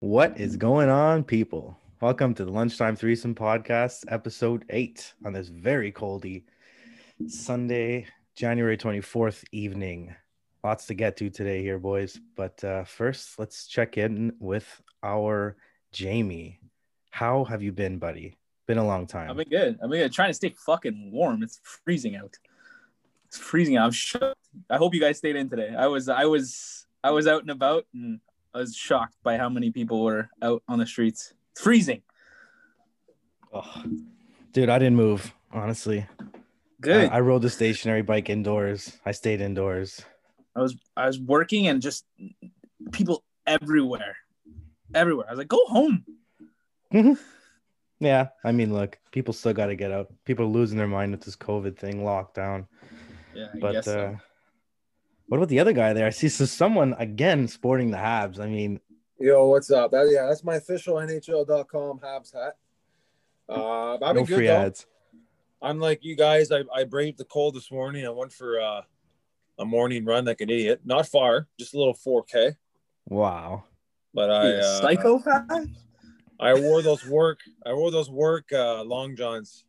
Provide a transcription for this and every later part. What is going on, people? Welcome to the Lunchtime Threesome Podcast, episode eight, on this very coldy Sunday, January 24th evening. Lots to get to today here, boys. But uh, first, let's check in with our Jamie. How have you been, buddy? Been a long time. I've been good. I've been good. Trying to stay fucking warm. It's freezing out. It's freezing out. I'm shocked. I hope you guys stayed in today. I was I was I was out and about and I was shocked by how many people were out on the streets. It's freezing. Oh, dude, I didn't move, honestly. Good. I, I rode the stationary bike indoors. I stayed indoors. I was I was working and just people everywhere. Everywhere. I was like, go home. Yeah, I mean, look, people still got to get out. People are losing their mind with this COVID thing, lockdown. Yeah, I But guess so. uh, what about the other guy there? I see so someone again sporting the Habs. I mean, Yo, what's up? That, yeah, that's my official NHL.com Habs hat. Uh, I've been no good free though. ads. Unlike you guys, I, I braved the cold this morning. I went for uh, a morning run like an idiot. Not far, just a little 4K. Wow. But I You uh, psychopath? I wore those work. I wore those work uh, long johns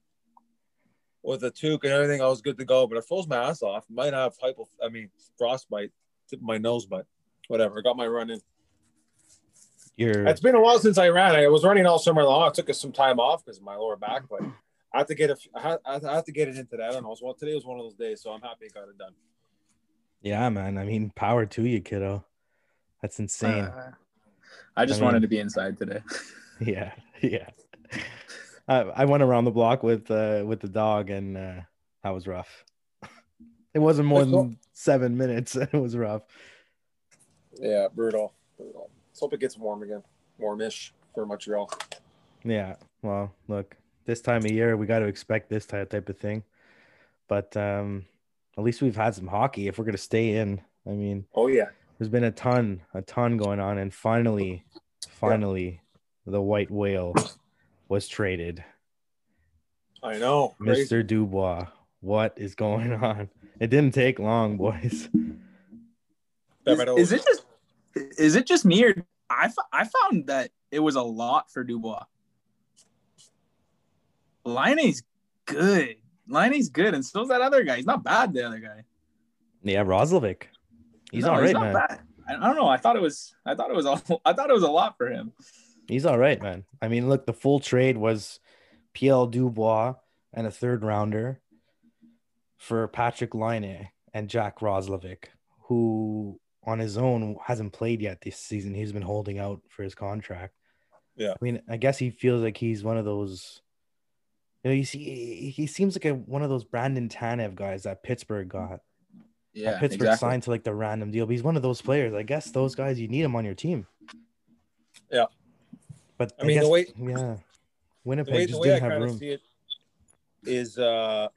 with a toque and everything. I was good to go, but I froze my ass off. Might have hypo. I mean, frostbite. Tip of my nose, but whatever. Got my run in. You're It's been a while since I ran. I was running all summer long. I took some time off because of my lower back, but I have to get a, I have, I have to get it into that. I don't know. Well, today was one of those days, so I'm happy I got it done. yeah, man. I mean, power to you, kiddo. That's insane. Uh, I just I mean- wanted to be inside today. yeah, yeah. I, I went around the block with uh with the dog and uh that was rough. it wasn't more That's all- than seven minutes. It was rough. Yeah, brutal. brutal. Let's hope it gets warm again, warmish for Montreal. Yeah. Well, look, this time of year we got to expect this type type of thing. But um at least we've had some hockey if we're gonna stay in. I mean, Oh yeah, there's been a ton, a ton going on, and finally, finally, the white whale was traded. I know. Crazy. Mr. Dubois. What is going on? It didn't take long, boys. Is, Beto is was- it just is it just me or I, f- I found that it was a lot for Dubois. Liney's good. Liney's good, and so's that other guy. He's not bad. The other guy. Yeah, Roslovic. He's No, all right, not man. bad. I I don't know. I thought it was. I thought it was. All, I thought it was a lot for him. He's all right, man. I mean, look, the full trade was PL Dubois and a third rounder for Patrick Line and Jack Roslovic, who on his own hasn't played yet this season. He's been holding out for his contract. Yeah. I mean, I guess he feels like he's one of those. You know, you see, he seems like a, one of those Brandon Tanev guys that Pittsburgh got. that Yeah, Pittsburgh signed to like the random deal, but he's one of those players. I guess those guys you need him on your team. Yeah. But I mean, the guess- way- yeah, the Winnipeg way, the just way I didn't have kind room. of see it is uh,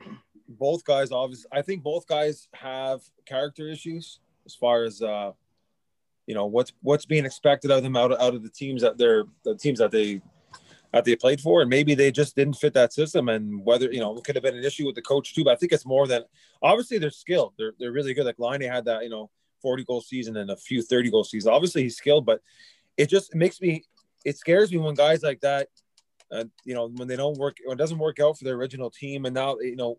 both guys. Obviously, I think both guys have character issues as far as uh, you know what's what's being expected of them out of, out of the teams that they're the teams that they that they played for, and maybe they just didn't fit that system. And whether you know it could have been an issue with the coach too, but I think it's more than obviously they're skilled. They're they're really good. Like Line had that you know forty goal season and a few thirty goal seasons. Obviously he's skilled, but it just makes me it scares me when guys like that uh, you know when they don't work when it doesn't work out for their original team and now you know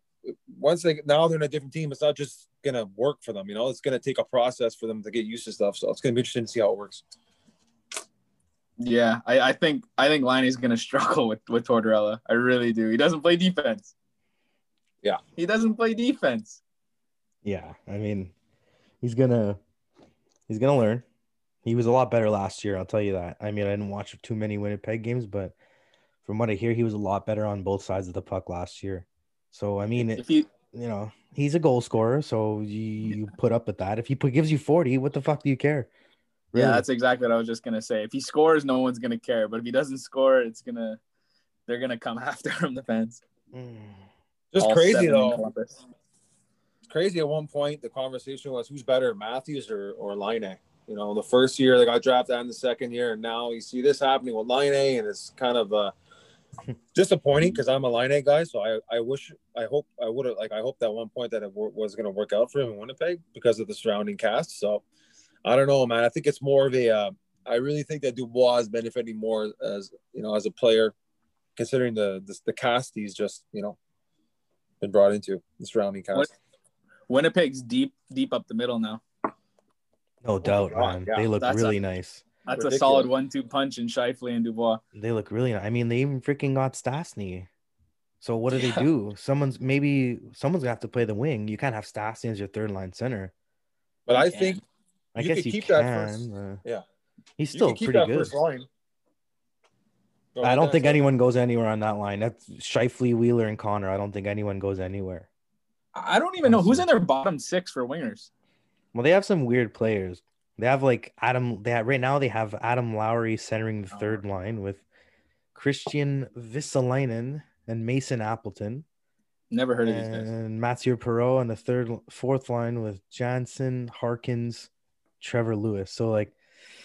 once they now they're in a different team it's not just gonna work for them you know it's gonna take a process for them to get used to stuff so it's gonna be interesting to see how it works Yeah, I, I think I think Liney's gonna struggle with with Tortorella. I really do. He doesn't play defense. Yeah. he doesn't play defense. Yeah, I mean, he's gonna he's gonna learn. He was a lot better last year, I'll tell you that. I mean, I didn't watch too many Winnipeg games, but from what I hear, he was a lot better on both sides of the puck last year. So I mean, it, If you you know, he's a goal scorer, so you, you put up with that. If he put, gives you forty, what the fuck do you care? Yeah, Really. that's exactly what I was just gonna say. If he scores, no one's gonna care. But if he doesn't score, it's gonna they're gonna come after him. The fans. Mm. just All crazy seven in though Columbus. It's crazy at one point the conversation was who's better matthews or or line you know the first year they got drafted and the second year and now you see this happening with line and it's kind of uh Disappointing because I'm a line A guy, so I, I wish I hope I would have like I hope that one point that it w- was going to work out for him in Winnipeg because of the surrounding cast. So I don't know, man. I think it's more of a uh, I really think that Dubois is benefiting more as you know as a player, considering the the, the cast he's just you know been brought into the surrounding cast. What- Winnipeg's deep, deep up the middle now. No doubt, God, man. yeah. they look That's really nice. That's Ridiculous. a solid one-two punch in Shifley and Dubois. They look really. I mean, they even freaking got Stastny. So what do they Yeah. do? Someone's maybe someone's gonna have to play the wing. You can't have Stastny as your third line center. But I You can. think I You guess could you keep can. that first- uh, yeah. he's you still can keep pretty that good. first line. Go I ahead, don't think Dan. anyone goes anywhere on that line. That's Shifley, Wheeler, and Connor. I don't think anyone goes anywhere. I don't even know who's in their bottom six for wingers. Well, they have some weird players. They have like Adam. They have, right now they have Adam Lowry centering the Oh. third line with Christian Vissalainen and Mason Appleton, Never heard of these Uh, guys. and Mathieu Perot on the third, fourth line with Johnson, Harkins, Trevor Lewis. So like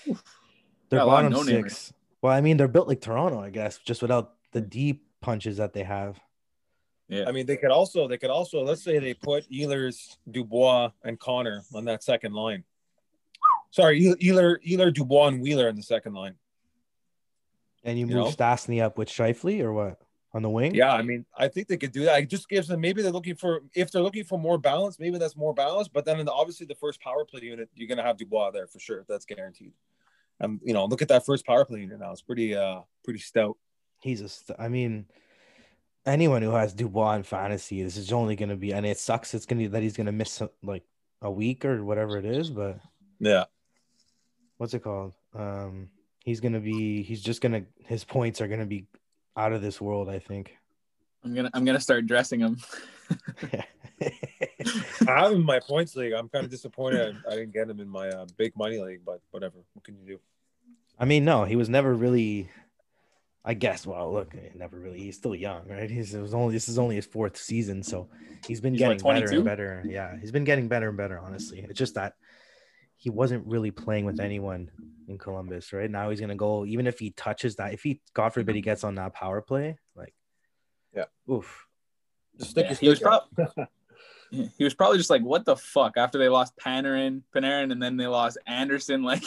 their Got a lot of bottom no-namers. six. Well, I mean they're built like Toronto, I guess, just without the deep punches that they have. Yeah. I mean, they could also they could also let's say they put Ehlers, Dubois, and Connor on that second line. Sorry, Ehl- Ehler, Ehler, Dubois, and Wheeler in the second line. And you You move know? Stastny up with Shifley or what on the wing? Yeah, I mean, I think they could do that. It just gives them maybe they're looking for if they're looking for more balance, maybe that's more balance. But then in the, obviously the first power play unit, you're gonna have Dubois there for sure. That's guaranteed. Um, you know, look at that first power play unit now. It's pretty uh pretty stout. he's a st- I mean anyone who has Dubois in fantasy this is only going to be and it sucks it's going to be that he's going to miss some- like a week or whatever it is but Yeah. what's it called um he's going to be he's just going to his points are going to be out of this world I think I'm gonna I'm gonna start dressing them. I have him in my points league. I'm kind of disappointed I, I didn't get him in my uh, big money league, but whatever. What can you do? I mean no he was never really I guess well look eh, never really he's still young right he's it was only this is only his fourth season so he's been He's, getting what, better and 22? better yeah he's been getting better and better honestly it's just that he wasn't really playing with anyone in Columbus, right? Now he's gonna go. Even if he touches that, if he God forbid he gets on that power play, like, Yeah. oof. Just stick Yeah, your he was stick out. Yeah, he was probably just like, "What the fuck?" After they lost Panarin, Panarin, and then they lost Anderson, like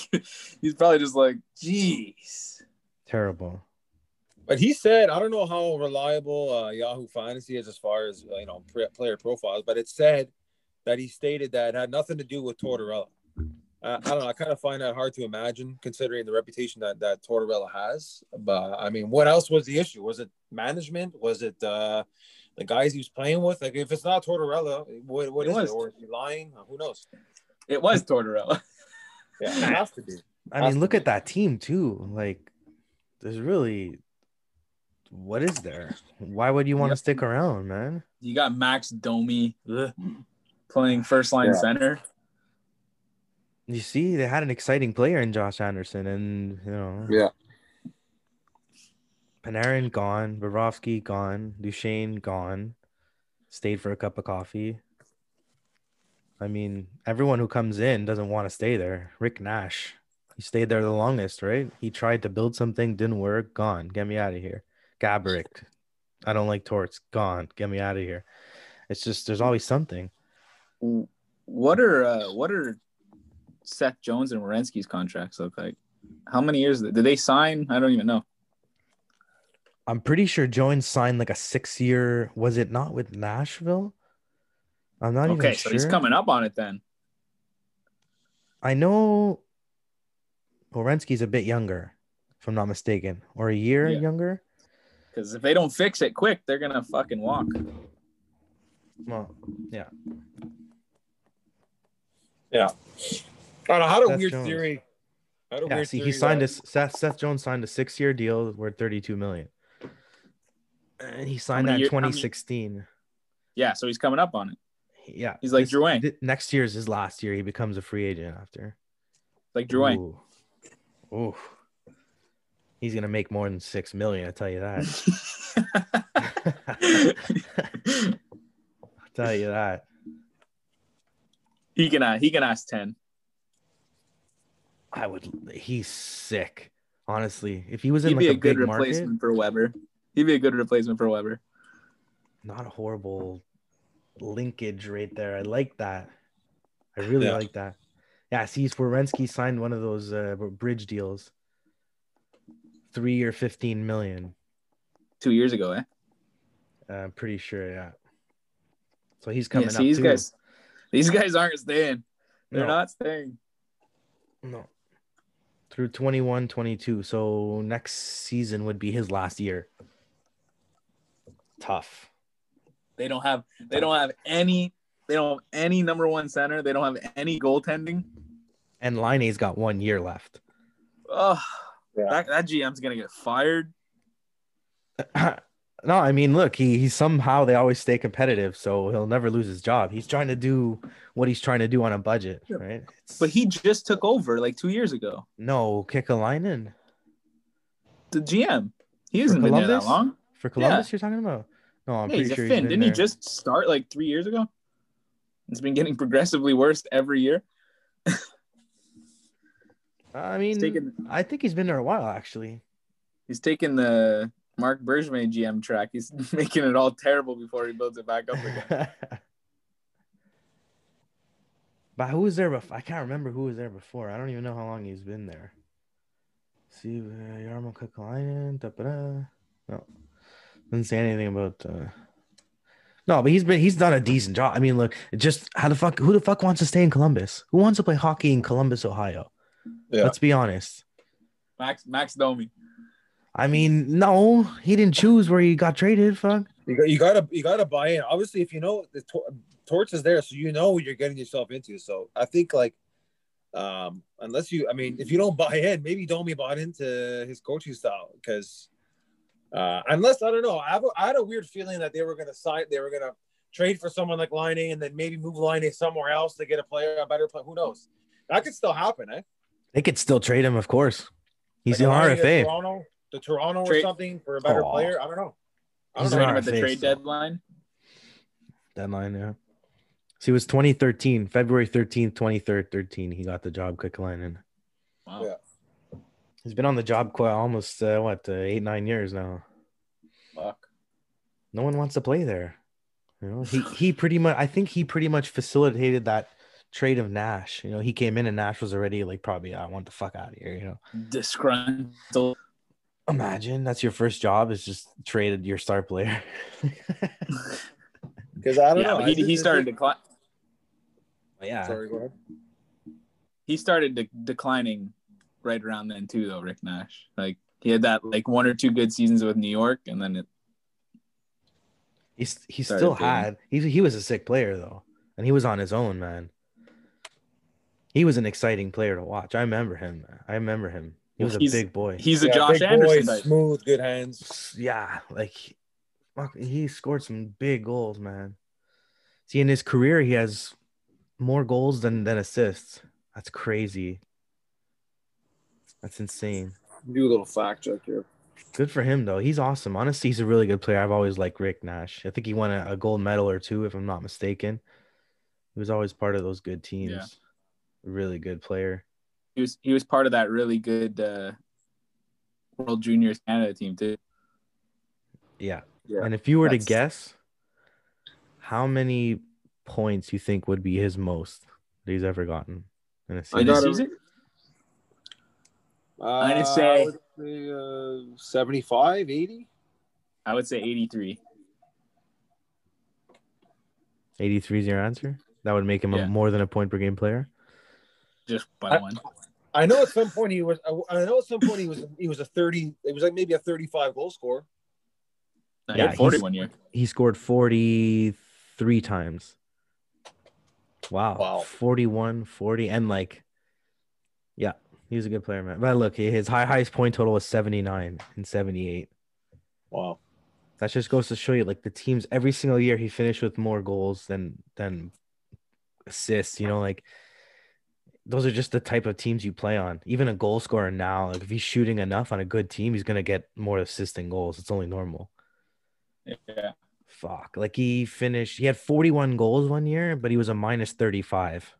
he's probably just like, "Jeez." terrible. But he said, I don't know how reliable uh, Yahoo Fantasy is as far as uh, you know pre- player profiles, but it said that he stated that it had nothing to do with Tortorella. Uh, I don't know. I kind of find that hard to imagine, considering the reputation that that Tortorella has. But I mean, what else was the issue? Was it management? Was it uh, the guys he was playing with? Like, if it's not Tortorella, what, what It is it? was. Or is he lying? Who knows? It was Tortorella. Yeah, it has to be. I Has mean, to look be. at that team too. Like, there's really, what is there? Why would you want to Yeah. stick around, man? You got Max Domi ugh, playing first line Yeah. center. You see, they had an exciting player in Josh Anderson, and you know, Yeah. Panarin gone, Bobrovsky gone, Duchesne gone, stayed for a cup of coffee. I mean, everyone who comes in doesn't want to stay there. Rick Nash, he stayed there the longest, right? He tried to build something, didn't work, gone, get me out of here. Gabrick, I don't like torts, gone, get me out of here. It's just there's always something. What are uh, what are Seth Jones and Wierenski's contracts look like? How many years did they sign? I don't even know. I'm pretty sure Jones signed like a six year, was it not with Nashville? I'm not even okay, so sure. he's coming up on it then. I know Orensky's a bit younger, if I'm not mistaken, or a year Yeah. younger. Because if they don't fix it quick, they're gonna fucking walk. Well, yeah. I don't know. I had a Seth weird Jones. theory. I had a yeah weird see, he theory signed that- a Seth, Seth Jones signed a six year deal worth 32 million. And he signed that many in year- how many- 2016. Yeah, so he's coming up on it. yeah. He's like this- Drouin. thi- next year is his last year. He becomes a free agent after. Like Drouin. Ooh. Ooh. He's going to make more than 6 million, I tell you that. I'll tell you that. he can uh, he can ask ten. I would he's sick. Honestly, if he was in He'd like be a, a good big market, replacement for Weber. He'd be a good replacement for Weber. Not a horrible linkage right there. I like that. I really Yeah. like that. Yeah, see, Swarensky signed one of those uh, bridge deals, three or fifteen million. uh, Two years ago, eh? I'm pretty sure. Yeah. So he's coming yeah, up. see, these too. guys, these guys aren't staying. They're No. not staying. No. Through 21, 22. So next season would be his last year. Tough. They don't have. They don't have any. They don't have any number one center. They don't have any goaltending. And Line A's got one year left. Oh, Yeah. that, that GM's gonna get fired. no, I mean, look, he, he somehow they always stay competitive, so he'll never lose his job. He's trying to do what he's trying to do on a budget, Yeah. right? But he just took over like two years ago. no kick a line in The GM. He hasn't been there that Columbus? long. for Columbus. You're talking about? No, I'm Yeah, pretty he's a sure Finn. he's been Didn't he there. just start like three years ago? It's been getting progressively worse every year. I He's mean, taking I think he's been there a while actually. he's taking the Mark Bergevin GM track. He's making it all terrible before he builds it back up again. but who was there before? I can't remember who was there before. I don't even know how long he's been there. See, uh, Yarmo Kekalainen, da, ba, da. No, didn't say anything about. Uh... No, but he's been he's done a decent job. I mean, look, just how the fuck who the fuck wants to stay in Columbus? Who wants to play hockey in Columbus, Ohio? Yeah. Let's be honest. Max Max Domi. I mean, no, he didn't choose where he got traded. Fuck. You got you got to you got to buy in. Obviously, if you know the tor- torch is there, so you know what you're getting yourself into. So I think like, um, unless you, I mean, if you don't buy in, maybe don't be bought into his coaching style because, uh, unless I don't know, I, have a, I had a weird feeling that they were gonna sign, they were gonna trade for someone like Line and then maybe move Line somewhere else to get a player, a better player. Who knows? That could still happen, eh? They could still trade him, of course. He's Like, an Laine to RFA. Toronto, to Toronto or Trade- something for a better Aw. player. I don't know. I He's don't He's know. not about the fixed. trade deadline. deadline. Yeah. So it was 2013, February 13th, 2013. 13, He got the job quick line in. Wow. Yeah. He's been on the job quite almost uh, what uh, eight nine years now. Fuck. No one wants to play there. You know, he he pretty much I think he pretty much facilitated that trade of Nash. You know, he came in and Nash was already like probably I want the fuck out of here. You know, Disgruntled. imagine that's your first job is just traded your star player. Because I don't Yeah, know. but I he, he just- started decli- yeah, Sorry, go ahead. he started de- declining right around then too though, Rick Nash. Like he had that like one or two good seasons with New York and then it he's he Started still dating. had he he was a sick player though, and he was on his own, man. He was an exciting player to watch. I remember him. I remember him. He was a He's- big boy. he's a Yeah, Josh big Anderson boy, type. smooth, good hands. yeah, like fuck, he scored some big goals, man. See, in his career, he has more goals than than assists. That's crazy. That's insane. Do a little fact check here. Good for him though. He's awesome. Honestly, he's a really good player. I've always liked Rick Nash. I think he won a, a gold medal or two, if I'm not mistaken. He was always part of those good teams. Yeah. Really good player. He was he was part of that really good uh World Juniors Canada team too. Yeah. Yeah, And if you were to that's- guess, how many points you think would be his most that he's ever gotten in a In season? got this gotta- season? Uh, gonna say- I would say, uh, 75, 80. I would say 83. 83 is your answer. That would make him Yeah. a, more than a point per game player. Just by I- one. I know at some point he was. uh, I know at some point he was. He was a thirty. It was like maybe a thirty-five goal scorer. No, Yeah, he had 40 he's- one year. He scored 43 times. Wow. Wow. 41, 40. And like, yeah, he was a good player, man. But look, his high highest point total was 79 and 78. Wow. That just goes to show you, like the teams every single year he finished with more goals than than assists. You know, like those are just the type of teams you play on. Even a goal scorer now, like if he's shooting enough on a good team, he's gonna get more assists than goals. It's only normal. Yeah. Fuck. Like he finished he had 41 goals one year, but he was a minus 35.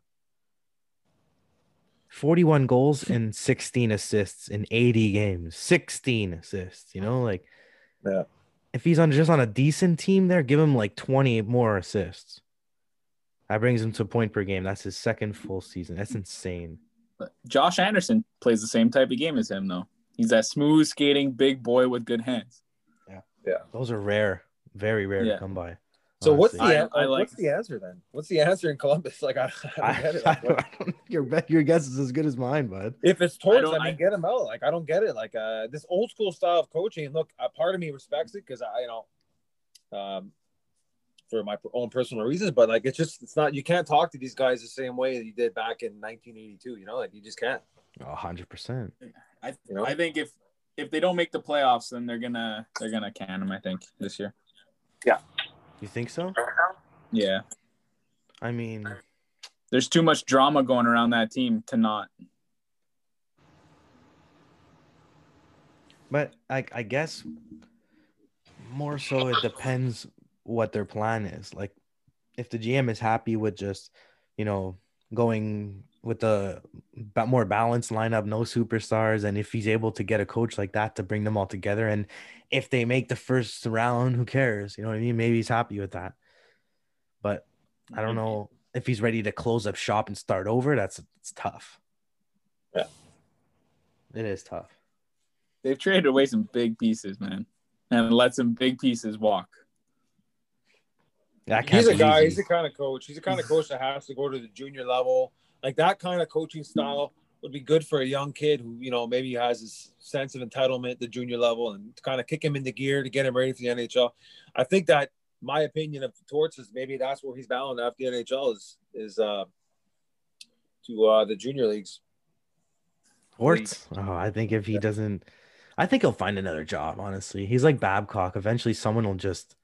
41 goals and 16 assists in 80 games. 16 assists, you know, like Yeah. if he's on just on a decent team there, give him like 20 more assists. That brings him to a point per game. That's his second full season. That's insane. But Josh Anderson plays the same type of game as him, though. He's that smooth skating big boy with good hands. Those are rare, very rare Yeah. to come by. So what's the honestly. I- an- I like- what's the answer then? What's the answer in Columbus? Like I, I don't I, get it. I, Like, don't, what- I don't think your bet, your guess is as good as mine, bud. if it's Torts, don't- I, mean, I- get him out. Like I don't get it. Like uh, this old school style of coaching. Look, a part of me respects it because I, you know, um, for my own personal reasons. But like, it's just it's not. You can't talk to these guys the same way that you did back in 1982. You know, like you just can't. hundred percent. I You know? I think if if they don't make the playoffs, then they're gonna they're gonna can him. I think this year. You think so? Yeah, I mean, there's too much drama going around that team to not. but I, I guess more so it depends what their plan is. Like, if the GM is happy with just, you know, going with the ba- more balanced lineup, no superstars, and if he's able to get a coach like that to bring them all together, and if they make the first round, who cares? You know what I mean? Maybe he's happy with that. But I don't know if he's ready to close up shop and start over. That's it's tough. Yeah. It is tough. They've traded away some big pieces, man, and let some big pieces walk. That can't He's a be guy. easy. He's the kind of coach. He's the kind of coach that has to go to the junior level. Like that kind of coaching style would be good for a young kid who, you know, maybe has his sense of entitlement, the junior level, and to kind of kick him into gear to get him ready for the NHL. I think that my opinion of Torts is maybe that's where he's bound after the NHL is is uh, to uh, the junior leagues. Torts. Oh, I think if he doesn't, I think he'll find another job. Honestly, he's like Babcock. Eventually, someone will just.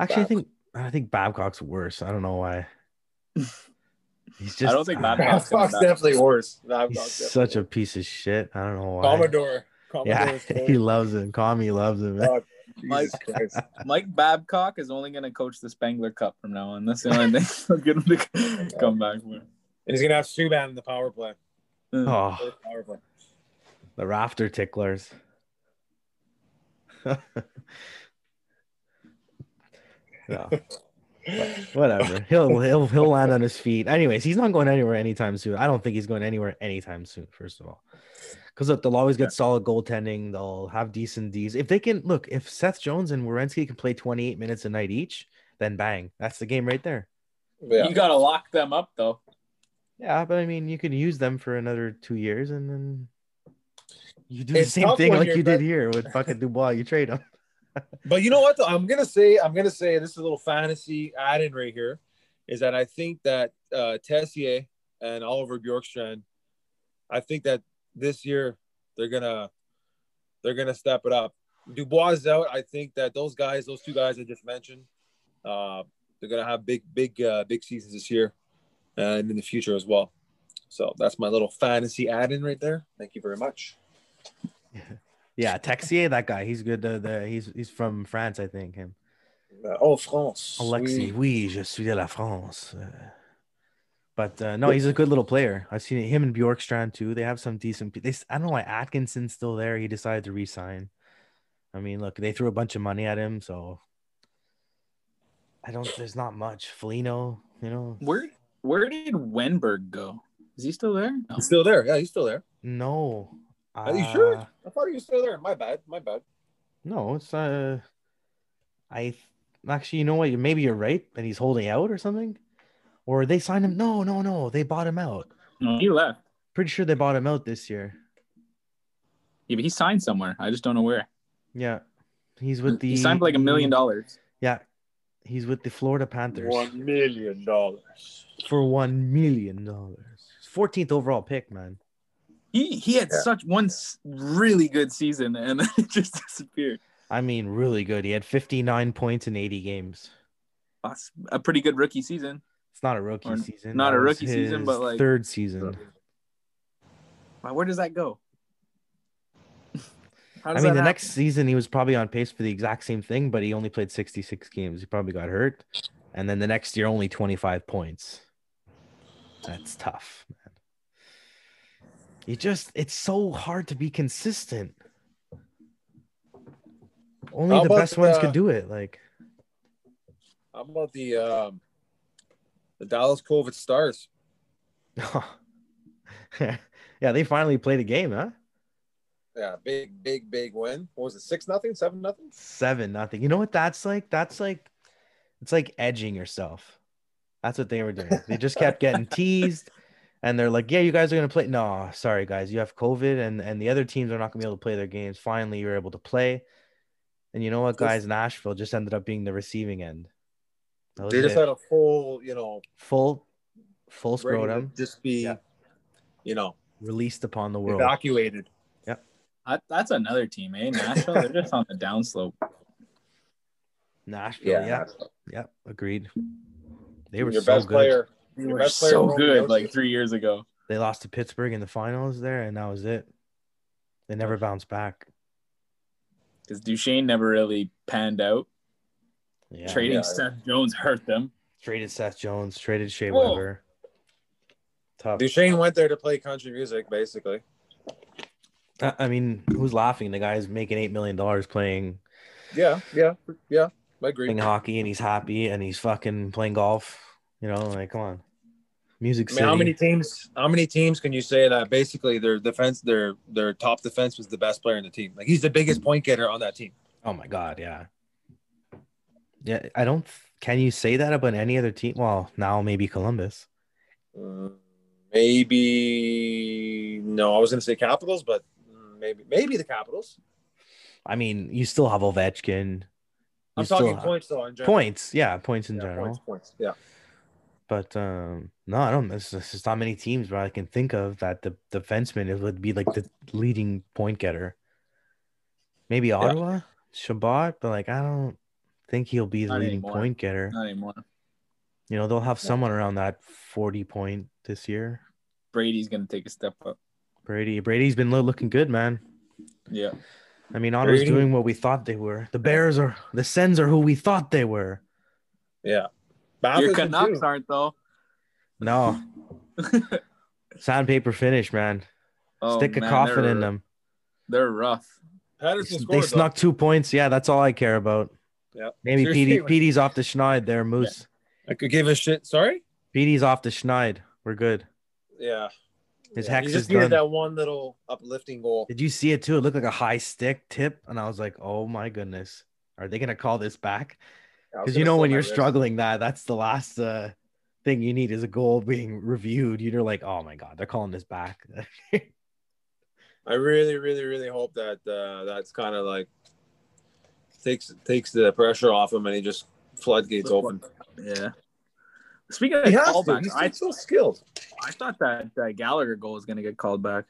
Actually, I think I think Babcock's worse. I don't know why. He's just. I don't think ah, Babcock- Babcock's definitely worse. He's Babcock's such definitely a piece of shit. I don't know why. worse. Commodore. yeah, Commodore's he loves him. Commie loves him. Oh, Mike. Jesus Christ. Mike Babcock is only gonna coach the Spangler Cup from now on. That's the only thing they'll get him to come back with. And he's gonna have Subban in the power play. oh, Third power play. the rafter ticklers. no. Whatever. He'll he'll he'll land on his feet. Anyways, he's not going anywhere anytime soon. I don't think he's going anywhere anytime soon. First of all, because look, they'll always get solid goaltending. They'll have decent D's. If they can look, if Seth Jones and Werenski can play 28 minutes a night each, then bang, that's the game right there. Yeah. You gotta lock them up though. Yeah, but I mean, you can use them for another two years, and then you do It's the same tough thing when like you're you did bet- here with fucking Dubois. You trade him. But you know what? Though? I'm gonna say I'm gonna say this is a little fantasy add in right here, is that I think that uh, Tessier and Oliver Bjorkstrand, I think that this year they're gonna they're gonna step it up. Dubois is out. I think that those guys, those two guys I just mentioned, uh, they're gonna have big big uh, big seasons this year and in the future as well. So that's my little fantasy add in right there. Thank you very much. Yeah, Texier, that guy, he's good. The, the, he's he's from France, I think. Him. Uh, oh, France. Alexi, Oui. oui, je suis de la France. Uh, But uh, no, he's a good little player. I've seen him and Bjorkstrand too. They have some decent. pe- They, s- I don't know why Atkinson's still there. He decided to resign. I mean, look, they threw a bunch of money at him, so I don't. There's not much. Felino, you know, Where where did Wenberg go? Is he still there? No. He's still there. Yeah, he's still there. no. Are you sure? Uh, I thought he was still there. My bad. My bad. No, it's uh, I th- actually, you know what? Maybe you're right, and he's holding out or something, or they signed him. No, no, no, they bought him out. No, he left. Pretty sure they bought him out this year. Yeah, but he signed somewhere. I just don't know where. Yeah, he's with the. he signed for like a million dollars. Yeah, he's with the Florida Panthers One million dollars. for one million dollars. Fourteenth overall pick, man. He he had Yeah. such one s- really good season and then it just disappeared. I mean, really good. He had fifty nine points in eighty games. That's a pretty good rookie season. It's not a rookie Or season. not a That was rookie season, his but, like- third season. Wow, Where does that go? How I mean, does that the happen? next season he was probably on pace for the exact same thing, but he only played 66 games. He probably got hurt. And then the next year, only 25 points. That's tough, man. You just, it's so hard to be consistent. Only How the about best ones the- could do it. Like How about the um, the Dallas COVID Stars? Yeah, they finally played a game, huh? Yeah, big, big, big win. What was it? Six nothing, seven nothing. Seven nothing. You know what that's like? That's like it's like edging yourself. That's what they were doing. They just kept getting teased. And they're like, yeah, you guys are gonna play. No, sorry guys, you have COVID, and and the other teams are not gonna be able to play their games. Finally, you're able to play. And you know what, This- guys? Nashville just ended up being the receiving end. That was They just it. had a full, you know, full, full ready to scrotum just be, Yeah. you know, released upon the world. evacuated. That, that's another team, eh? Nashville, they're just on the downslope. Nashville, yeah, yeah, agreed. They were your so best good. player. They Your were best player so Roman good Yossi. like three years ago. They lost to Pittsburgh in the finals there, and that was it. They never bounced back. Because Duchesne never really panned out. Yeah. Trading Yeah. Seth Jones hurt them. traded Seth Jones, traded Shea Whoa. Weber. Tough. Duchesne went there to play country music, basically. I I mean, who's laughing? The guy's making eight million dollars playing Yeah, yeah, yeah. I agree. playing hockey, and he's happy, and he's fucking playing golf. You know, like come on, Music I City. mean, how many teams? How many teams can you say that basically their defense, their their top defense was the best player in the team? Like he's the biggest point getter on that team. Oh my god, yeah. Yeah, I don't th- can you say that about any other team? Well, now maybe Columbus. Mm, Maybe no, I was going to say Capitals, but mm, maybe maybe the Capitals. I mean, you still have Ovechkin. I'm You still talking have- points though. In general. points, yeah, points in Yeah, general. points, points. Yeah, But um no, I don't there's there's just not many teams where I can think of that the defenseman it would be like the leading point getter. Maybe Ottawa, Shabbat, but like I don't think he'll be the Not leading anymore. point getter. Not anymore. You know, they'll have someone around that 40 point this year. Brady's going to take a step up. Brady Brady's been lo- looking good, man. Yeah. I mean, Ottawa's Brady- doing what we thought they were. The Bears are the Sens are who we thought they were. yeah. Your Baffles Canucks too. aren't, though. No, sandpaper finish, man. Oh, Stick a man, coffin they're- in them. They're rough. Patterson they scored. though. snuck two points. Yeah, that's all I care about. Yeah. Maybe Seriously, PD, PD's off the schneid there, Moose. I could give a shit. Sorry. PD's off the schneid. We're good. Yeah. His yeah. hex He is just needed done. that one little uplifting goal. Did you see it too? It looked like a high stick tip, and I was like, "Oh my goodness, are they gonna call this back?" I was Because you gonna know pull when my you're wrist. struggling, that that's the last uh, thing you need is a goal being reviewed. You're like, "Oh my god, they're calling this back." I really, really, really hope that uh, that's kind of like takes takes the pressure off him and he just floodgates open. Yeah. Speaking of callbacks, I, so skilled. I thought that uh, Gallagher goal was going to get called back.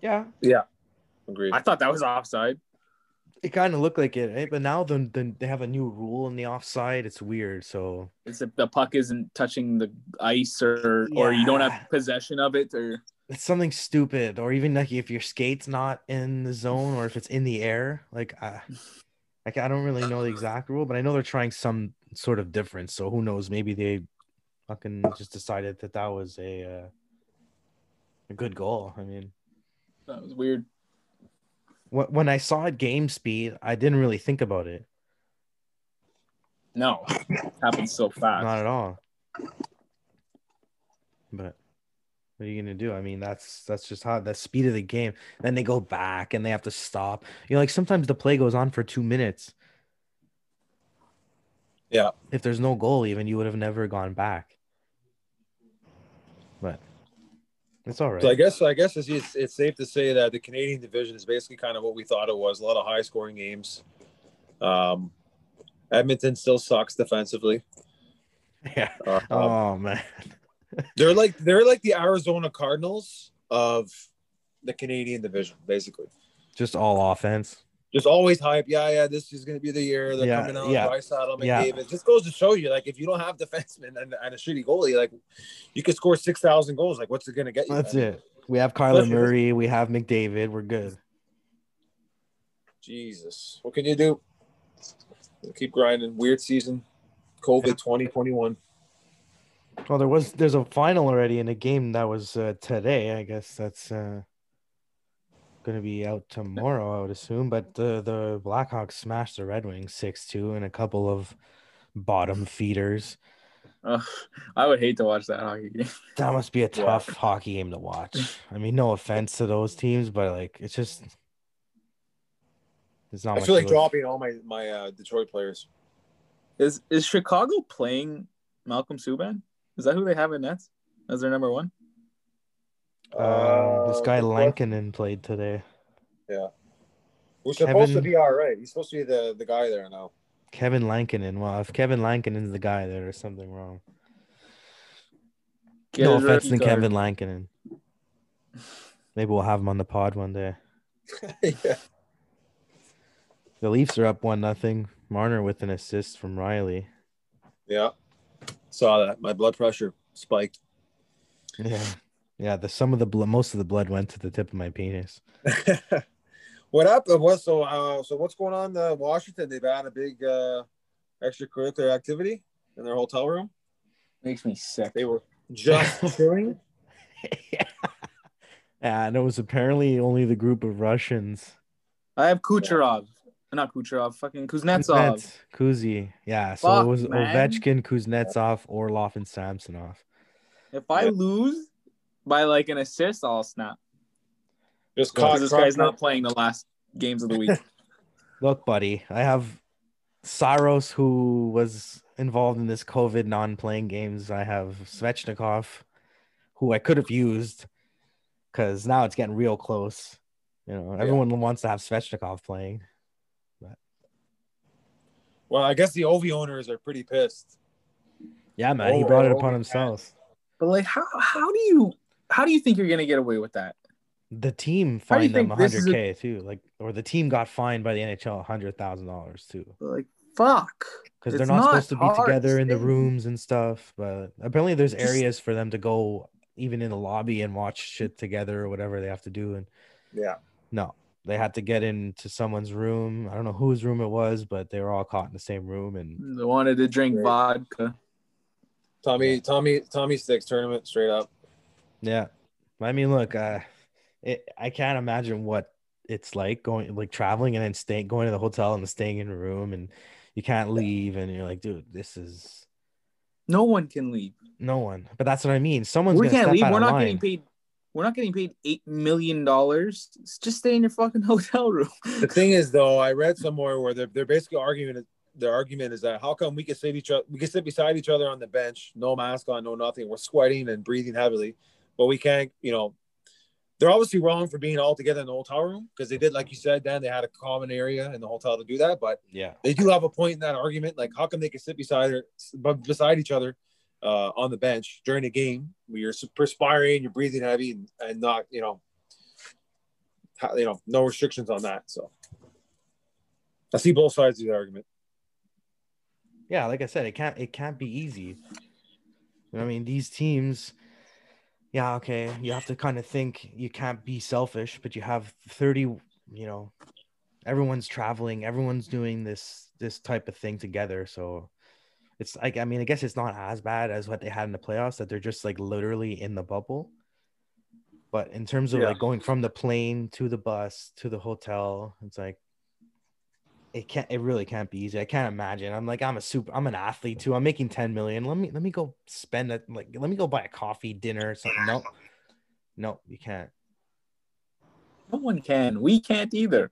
yeah, Agreed. I thought that was offside. it kind of looked like it, right? but now then then they have a new rule in the offside. It's weird. So It's if the puck isn't touching the ice or, or you don't Yeah. have possession of it or it's something stupid, or even like if your skate's not in the zone or if it's in the air. Like I, like I don't really know the exact rule, but I know they're trying some sort of difference. So who knows? Maybe they fucking just decided that that was a uh, a good goal. I mean, that was uh, weird. wh- when I saw it game speed, I didn't really think about it. No, it happened so fast. Not at all. But what are you gonna do? I mean, that's that's just how the speed of the game. Then they go back and they have to stop. You know, like sometimes the play goes on for two minutes. Yeah. If there's no goal, even you would have never gone back. But it's all right. So I guess I guess it's, it's it's safe to say that the Canadian division is basically kind of what we thought it was. A lot of high scoring games. Um, Edmonton still sucks defensively. yeah. Uh, Oh man. They're like they're like the Arizona Cardinals of the Canadian division, basically. Just all offense. just always hype. Yeah, yeah, this is going to be the year. They're Yeah, coming out. yeah, Yeah, Drysdale, yeah. McDavid. Just goes to show you, like, if you don't have defensemen and, and a shitty goalie, like, you could score six thousand goals. Like, what's it going to get you? That's man? it. We have Let's- Kyler Murray. We have McDavid. We're good. Jesus, what can you do? Keep grinding. Weird season. COVID twenty twenty one. Well, there was there's a final already in a game that was uh, today. I guess that's uh, going to be out tomorrow, I would assume. But the the Blackhawks smashed the Red Wings six two, and a couple of bottom feeders. Ugh, I would hate to watch that hockey game. That must be a tough hockey game to watch. I mean, no offense to those teams, but like it's just it's not. I much feel to like look- dropping all my my uh, Detroit players. Is is Chicago playing Malcolm Subban? Is that who they have in nets as their number one? Um, this guy the- Lankinen played today. Who's supposed to Kevin- be all right? He's supposed to be the the guy there now. Kevin Lankinen. Well, if Kevin Lankinen's the guy, there's something wrong. Get no his offense rookie to card. Kevin Lankinen. Maybe we'll have him on the pod one day. yeah. The Leafs are up one nothing. Marner with an assist from Riley. Yeah. Saw that. My blood pressure spiked. Yeah, yeah. The some of the blood, most of the blood went to the tip of my penis. what happened? What so? Uh, so what's going on? Uh, Washington? They've had a big uh, extracurricular activity in their hotel room. Makes me sick. They were just chilling. And it was apparently only the group of Russians. I have Kucherov. Not Kucherov, fucking Kuznetsov. Kuznets- Kuzi. Yeah. So Fuck, it was man. Ovechkin, Kuznetsov, Orlov, and Samsonov. If I Yeah. lose by like an assist, I'll snap. Just caught. Because this guy's not playing the last games of the week. Look, buddy, I have Saros, who was involved in this COVID non playing games. I have Svechnikov, who I could have used because now it's getting real close. You know, everyone wants to have Svechnikov playing. Well, I guess the OV owners are pretty pissed. Yeah, man, he Oh, brought it oh, upon yeah. himself. but like how how do you how do you think you're gonna get away with that? The team How do you fined them think this is a- 100k too, like, or the team got fined by the NHL 100,000 dollars too, Like fuck. because they're It's not, not supposed to be hard, together in the Steve. rooms and stuff. But apparently, there's Just- areas for them to go, even in the lobby, and watch shit together or whatever they have to do. And Yeah. no, they had to get into someone's room. I don't know whose room it was, but they were all caught in the same room. And They wanted to drink Right. vodka. Tommy, Tommy, Tommy Sticks tournament straight up. yeah, I mean, look, uh, it, I can't imagine what it's like going like traveling and then staying going to the hotel and staying in a room and you can't leave and you're like dude this is No one can leave. no one but that's what i mean someone's we gonna can't step leave. out We're of not line. getting paid. We're not getting paid eight million dollars. Just stay in your fucking hotel room. The thing is, though, I read somewhere where they're, they're basically arguing. Their argument is that how come we can sit each other, we can sit beside each other on the bench, no mask on, no nothing. We're sweating and breathing heavily, but we can't. You know, they're obviously wrong for being all together in the hotel room because they did, like you said, Dan, they had a common area in the hotel to do that. But yeah they do have a point in that argument. Like, how come they can sit beside her, b- beside each other uh, on the bench during a game where you're perspiring, you're breathing heavy, and, and not, you know, ha- you know, no restrictions on that. So, I see both sides of the argument. yeah like i said it can't it can't be easy You know what i mean these teams yeah okay you have to kind of think you can't be selfish but you have 30 you know everyone's traveling everyone's doing this this type of thing together so it's like i mean i guess it's not as bad as what they had in the playoffs that they're just like literally in the bubble but in terms of Yeah. like going from the plane to the bus to the hotel it's like it can't it really can't be easy i can't imagine i'm like i'm a super i'm an athlete too i'm making 10 million let me let me go spend it like let me go buy a coffee dinner or something no no you can't no one can. We can't either.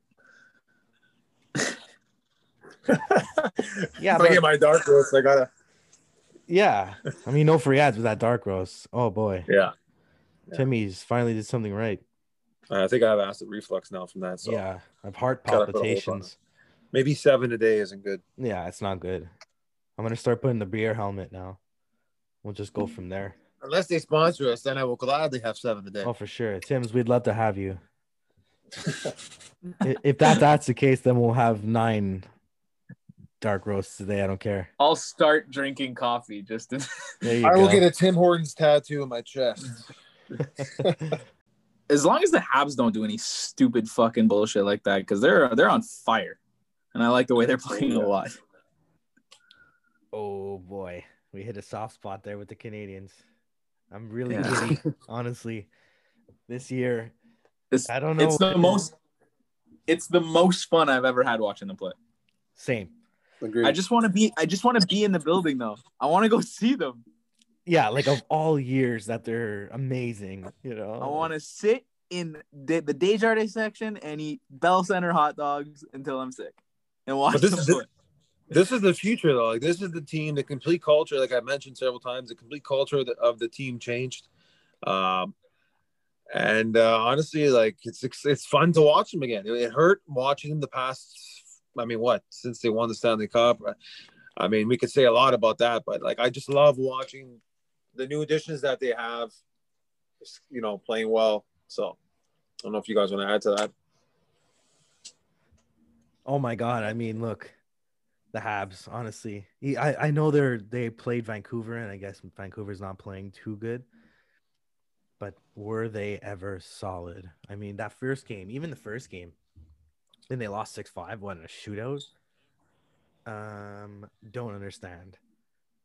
yeah if I but, get my dark roast, I gotta. yeah i mean no free ads with that dark roast oh boy Yeah, Yeah. timmy's finally did something right I think I have acid reflux now from that. So, yeah i've heart Gotta put a hold on it. palpitations maybe seven a day isn't good. yeah it's not good i'm gonna start putting the beer helmet now we'll just go from there Unless they sponsor us, then I will gladly have seven a day. oh for sure tim's we'd love to have you I- if that that's the case then we'll have nine dark roasts today i don't care I'll start drinking coffee just to there you I go will get a Tim Hortons tattoo on my chest. as long as the Habs don't do any stupid fucking bullshit like that, because they're they're on fire, and I like the way they're playing a lot. Oh boy, we hit a soft spot there with the Canadians. I'm really Yeah. giddy, honestly. This year, It's, I don't know. it's the most it's the most fun I've ever had watching them play. same. Agreed. I just want to be I just want to be in the building though. I want to go see them. Yeah, like of all years that they're amazing. You know, Oh. I want to sit in the, the Desjardins section and eat Bell Center hot dogs until I'm sick and watch But this them is- play. this is the future though. Like this is the team, the complete culture. Like I mentioned several times, the complete culture of the, of the team changed. Um, and uh, honestly, like it's, it's it's fun to watch them again. It, it hurt watching them the past. I mean, what since they won the Stanley Cup? I mean, we could say a lot about that, but like I just love watching the new additions that they have. just, You know, playing well. So I don't know if you guys want to add to that. Oh my god! I mean, look, the Habs. Honestly, E- I I know they're they played Vancouver, and I guess Vancouver's not playing too good. But were they ever solid? I mean, that first game, even the first game, then they lost six five, won a shootout. Um, don't understand.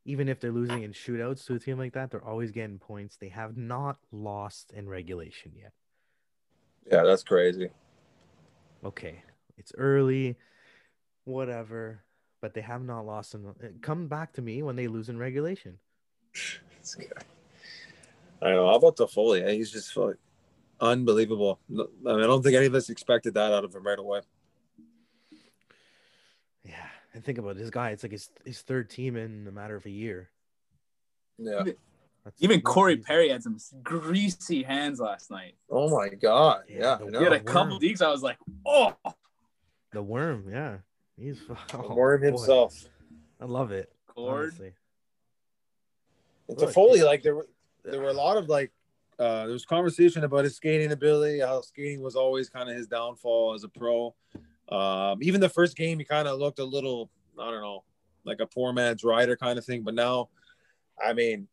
Even if they're losing in shootouts to a team like that, they're always getting points. They have not lost in regulation yet. Yeah, that's crazy. okay, it's early, whatever. But they have not lost. In, eh, come back to me when they lose in regulation. This guy. I don't know. How about Toffoli? Eh? He's just like, unbelievable. No- I, mean, I don't think any of us expected that out of him right away. Yeah, and think about it, this guy. It's like his his third team in a matter of a year. Yeah. That's Even one Corey season. Perry had some greasy hands last night. Oh my God. Yeah. Yeah, I the He had know. a couple digs. I was like, oh, the worm. Yeah, he's oh, Worm boy. himself. I love it. Cord. honestly. And Look, Toffoli, yeah. like there were there were a lot of like uh there was conversation about his skating ability, how skating was always kind of his downfall as a pro. Um, even the first game he kind of looked a little, I don't know, like a poor man's rider kind of thing. But now, I mean,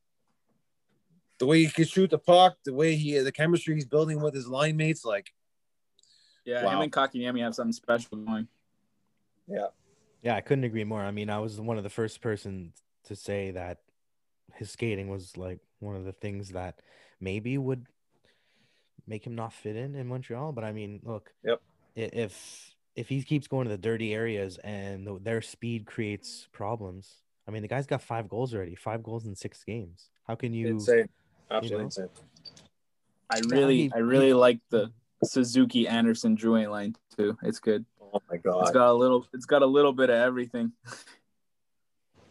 the way he can shoot the puck, the way he the chemistry he's building with his line mates, like Yeah, Wow. him and Kakanyemi have something special going. Yeah, I couldn't agree more. I mean, I was one of the first person to say that his skating was like one of the things that maybe would make him not fit in in Montreal. But I mean, look, Yep. i- if if he keeps going to the dirty areas and th- their speed creates problems, I mean, the guy's got five goals already, five goals in six games. How can you? insane, absolutely know? insane. I really, he- I really like the Suzuki Anderson Drouin line too. It's good. Oh my It's god, got a little, it's got a little bit of everything.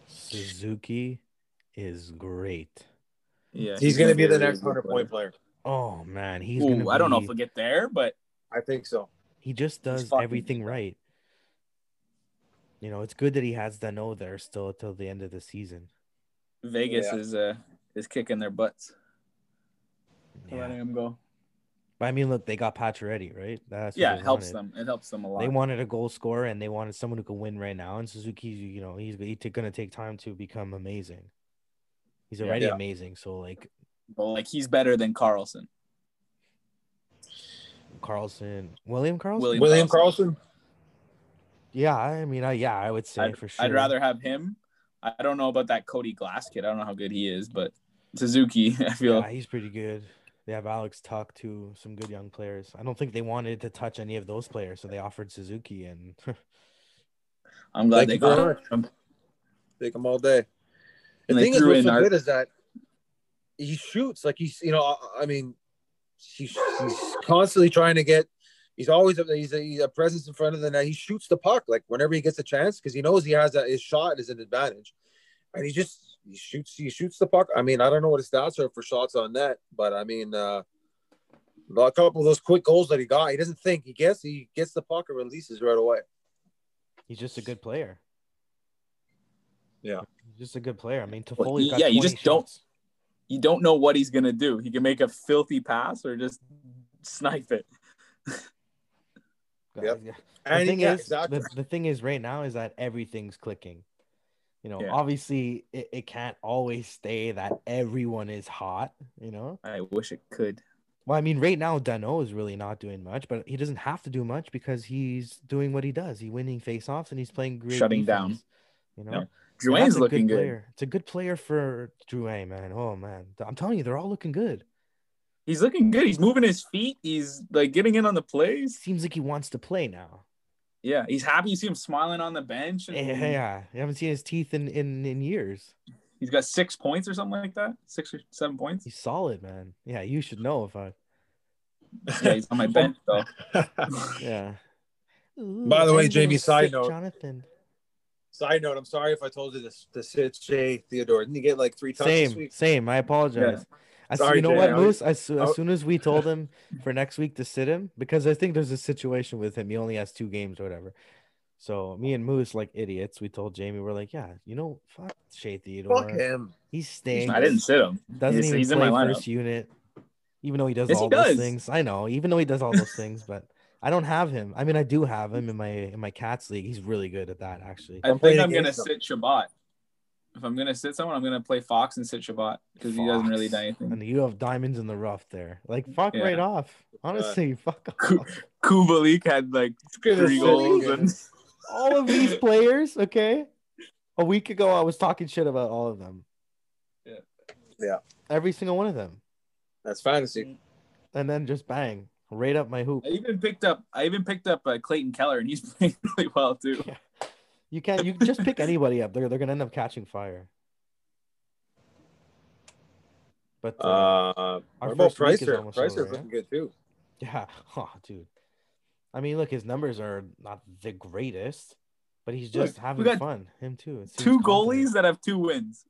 Suzuki is great. Yeah, he's gonna be the really next good hundred point player. Oh man, he's Ooh, gonna. I don't know if be- we'll get there, but I think so. he just does fucking- everything right. You know, it's good that he has Dano there still till the end of the season. Vegas Yeah. is uh is kicking their butts, for Yeah. letting him go. But I mean, look, they got Pacioretty, right? That's what yeah, they it helps wanted. them. It helps them a lot. They wanted a goal scorer and they wanted someone who could win right now. And Suzuki's, you know, he's he's going to take time to become amazing. He's Yeah. already Yeah. amazing. So, like but like he's better than Carlson. Carlson, William Carlson. William William Carlson. Carlson, Yeah, I mean, I, yeah, I would say I'd, for sure. I'd rather have him. I don't know about that Cody Glass kid. I don't know how good he is, but Suzuki, I feel Yeah, he's pretty good. They have Alex Tuck too, some good young players. I don't think they wanted to touch any of those players, so they offered Suzuki and I'm glad Thank they you very got him. take him all day. The And they thing is, threw what's in so our- good is that he shoots like he's, you know, I- I mean, he's, he's constantly trying to get. He's always a, he's a, he's a presence in front of the net. He shoots the puck like whenever he gets a chance because he knows he has that his shot is an advantage, and he just he shoots he shoots the puck. I mean, I don't know what his stats are for shots on net, but I mean, uh, a couple of those quick goals that he got, he doesn't think he gets he gets the puck and releases right away. he's just a good player. Yeah. He's just a good player. I mean, Toffoli's Well, got yeah, you 20 just don't- shots. You don't know what he's gonna do. He can make a filthy pass or just snipe it. Uh, Yep. yeah. The And thing yeah, is, exactly. the, the thing is, right now is that everything's clicking. You know, Yeah. obviously, it, it can't always stay that everyone is hot. You know, I wish it could. Well, I mean, right now Dano is really not doing much, but he doesn't have to do much because he's doing what he does. He's winning faceoffs and he's playing great. Shutting down. defense, You know, Yeah. And that's Drouin's a looking good. player. It's a good player for Drouin, man. Oh man, I'm telling you, they're all looking good. He's looking good. He's moving his feet. He's like getting in on the plays. Seems like he wants to play now. Yeah, he's happy. You see him smiling on the bench. and- Yeah, yeah. I haven't seen his teeth in in in years. He's got six points or something like that. Six or seven points. He's solid, man. Yeah, you should know if I. Yeah, he's on my bench though. Yeah. By the way, I'm gonna Jamie, side sit note. Jonathan. Side note: I'm sorry if I told you this. To sit Shea Theodore didn't he get like three times this Same, week? same. I apologize. I s- Sorry, you know Jay, what, I was- Moose? As, soo- as I- soon as we told him for next week to sit him, because I think there's a situation with him. He only has two games or whatever. So me and Moose, like idiots, we told Jamie, we're like, yeah, you know, fuck Shea Theodore. Fuck him. He stinks. I didn't sit him. Doesn't He's- even he's in play my lineup. first unit, even though he does Yes, he all does. those things. I know, even though he does all those things, but I don't have him. I mean, I do have him in my in my cats league. He's really good at that, actually. I I'm think playing I'm gonna against sit Shabbat. If I'm gonna sit someone, I'm gonna play Fox and sit Shabbat because he doesn't really do Fox. anything. And you have diamonds in the rough there. Like fuck Yeah. Uh, right off. Honestly, fuck Cool. off. Kubalik had like three goals and all of these players, okay? A week ago I was talking shit about all of them. Yeah. Yeah. Every single one of them. That's fantasy. And then just bang, right up my hoop. I even picked up I even picked up uh, Clayton Keller and he's playing really well too. You can't you can just pick anybody up. They're they're gonna end up catching fire. But uh, Uh, what about first week is Pricer? almost Pricer's over, yeah? looking good too. yeah, oh dude. I mean, look, his numbers are not the greatest, but he's Look, just having we got fun. Him too. It seems Two confident. goalies that have two wins.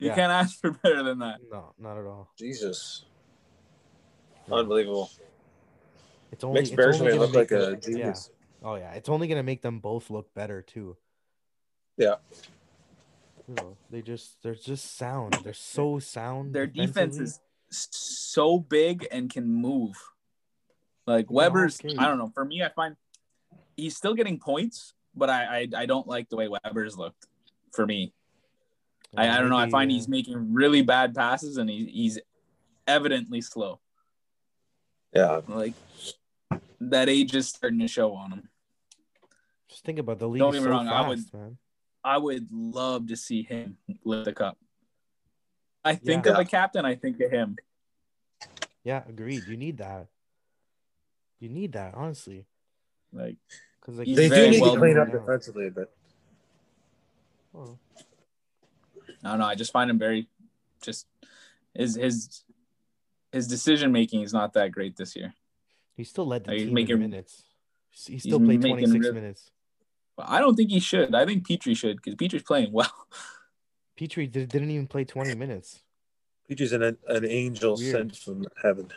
You Yeah. can't ask for better than that. No, not at all. Jesus, No. unbelievable. It's only, Makes it's only Oh, Bergevin gonna look make like a them- yeah. genius. Oh yeah, it's only gonna make them both look better too. Yeah. You know, they just they're just sound. They're so sound. Their defense defensively. is so big and can move. Like Weber's, Oh, okay. I don't know. For me, I find he's still getting points, but I I, I don't like the way Weber's looked. For me, I, I don't know. I Maybe, find uh, he's making really bad passes and he, he's evidently slow. Yeah, Like that age is starting to show on him. just think about the league. Don't is get so me wrong, I fast, would- man. I would love to see him lift the cup. I think Yeah. of a captain. I think of him. Yeah, agreed. You need that. You need that honestly, Like because like He's they do very need well to clean up Yeah. defensively a bit. Oh, I don't know. I just find him very just his his his decision making is not that great this year. He still led the Like, he's team in making- minutes. He still played making 26 real- minutes. But I don't think he should. I think Petrie should because Petrie's playing well. Petrie did, didn't even play 20 minutes. Peaches an an angel Weird. sent from heaven.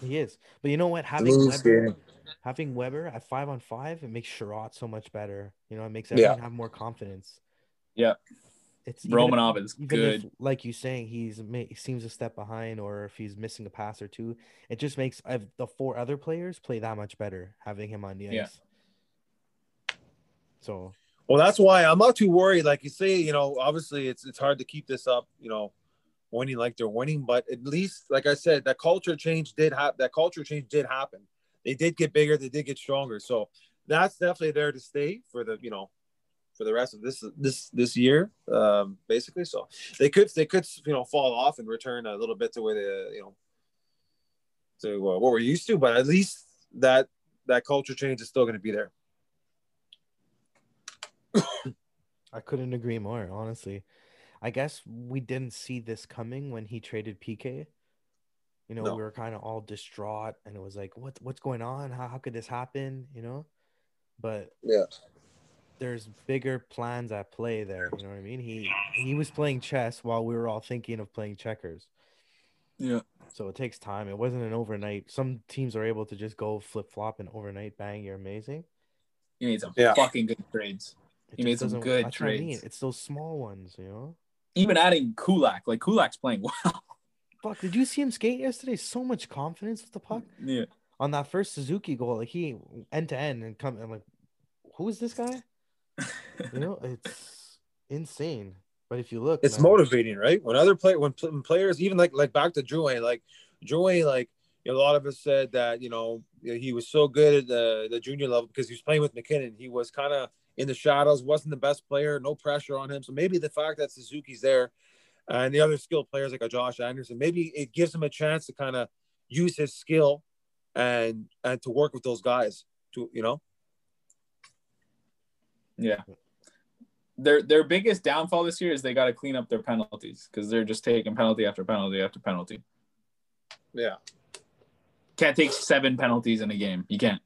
He is, but you know what? Having Blue Weber, skin. having Weber at five on five, it makes Sherrod so much better. You know, it makes Yeah. everyone have more confidence. Yeah. It's even if- Romanov is even if, good. like you saying, he's ma- he seems a step behind, or if he's missing a pass or two, it just makes uh, the four other players play that much better having him on the ice. Yeah. So Well, that's why I'm not too worried. Like you say, you know, obviously it's it's hard to keep this up, you know, winning like they're winning, but at least, like I said, that culture change did happen. That culture change did happen. They did get bigger. They did get stronger. So that's definitely there to stay for the you know for the rest of this this this year, um, basically. So they could they could you know fall off and return a little bit to where they you know to uh, what we're used to, but at least that that culture change is still going to be there. I couldn't agree more, honestly. I guess we didn't see this coming when he traded PK. You know, No. we were kind of all distraught and it was like, what what's going on? How how could this happen? You know? But Yeah. there's bigger plans at play there. You know what I mean? He he was playing chess while we were all thinking of playing checkers. Yeah. So it takes time. It wasn't an overnight. Some teams are able to just go flip flop and overnight bang, you're amazing. He made some Yeah. fucking good trades. It He just made some doesn't- good that's what I mean. trades. It's those small ones, you know. Even adding Kulak, like Kulak's playing well. Fuck, did you see him skate yesterday? So much confidence with the puck yeah. on that first Suzuki goal. Like he end to end and come and like, who is this guy? You know, it's insane. But if you look, it's man, motivating, right? When other play when, pl- when players even like like back to Drouin, like Drouin, like a lot of us said that you know he was so good at the, the junior level because he was playing with McKinnon. He was kind of in the shadows, wasn't the best player, no pressure on him. So maybe the fact that Suzuki's there and the other skilled players like a Josh Anderson. Maybe it gives him a chance to kind of use his skill and and to work with those guys to you know Yeah. Their their biggest downfall this year is they got to clean up their penalties because they're just taking penalty after penalty after penalty. yeah Can't take seven penalties in a game. You can't.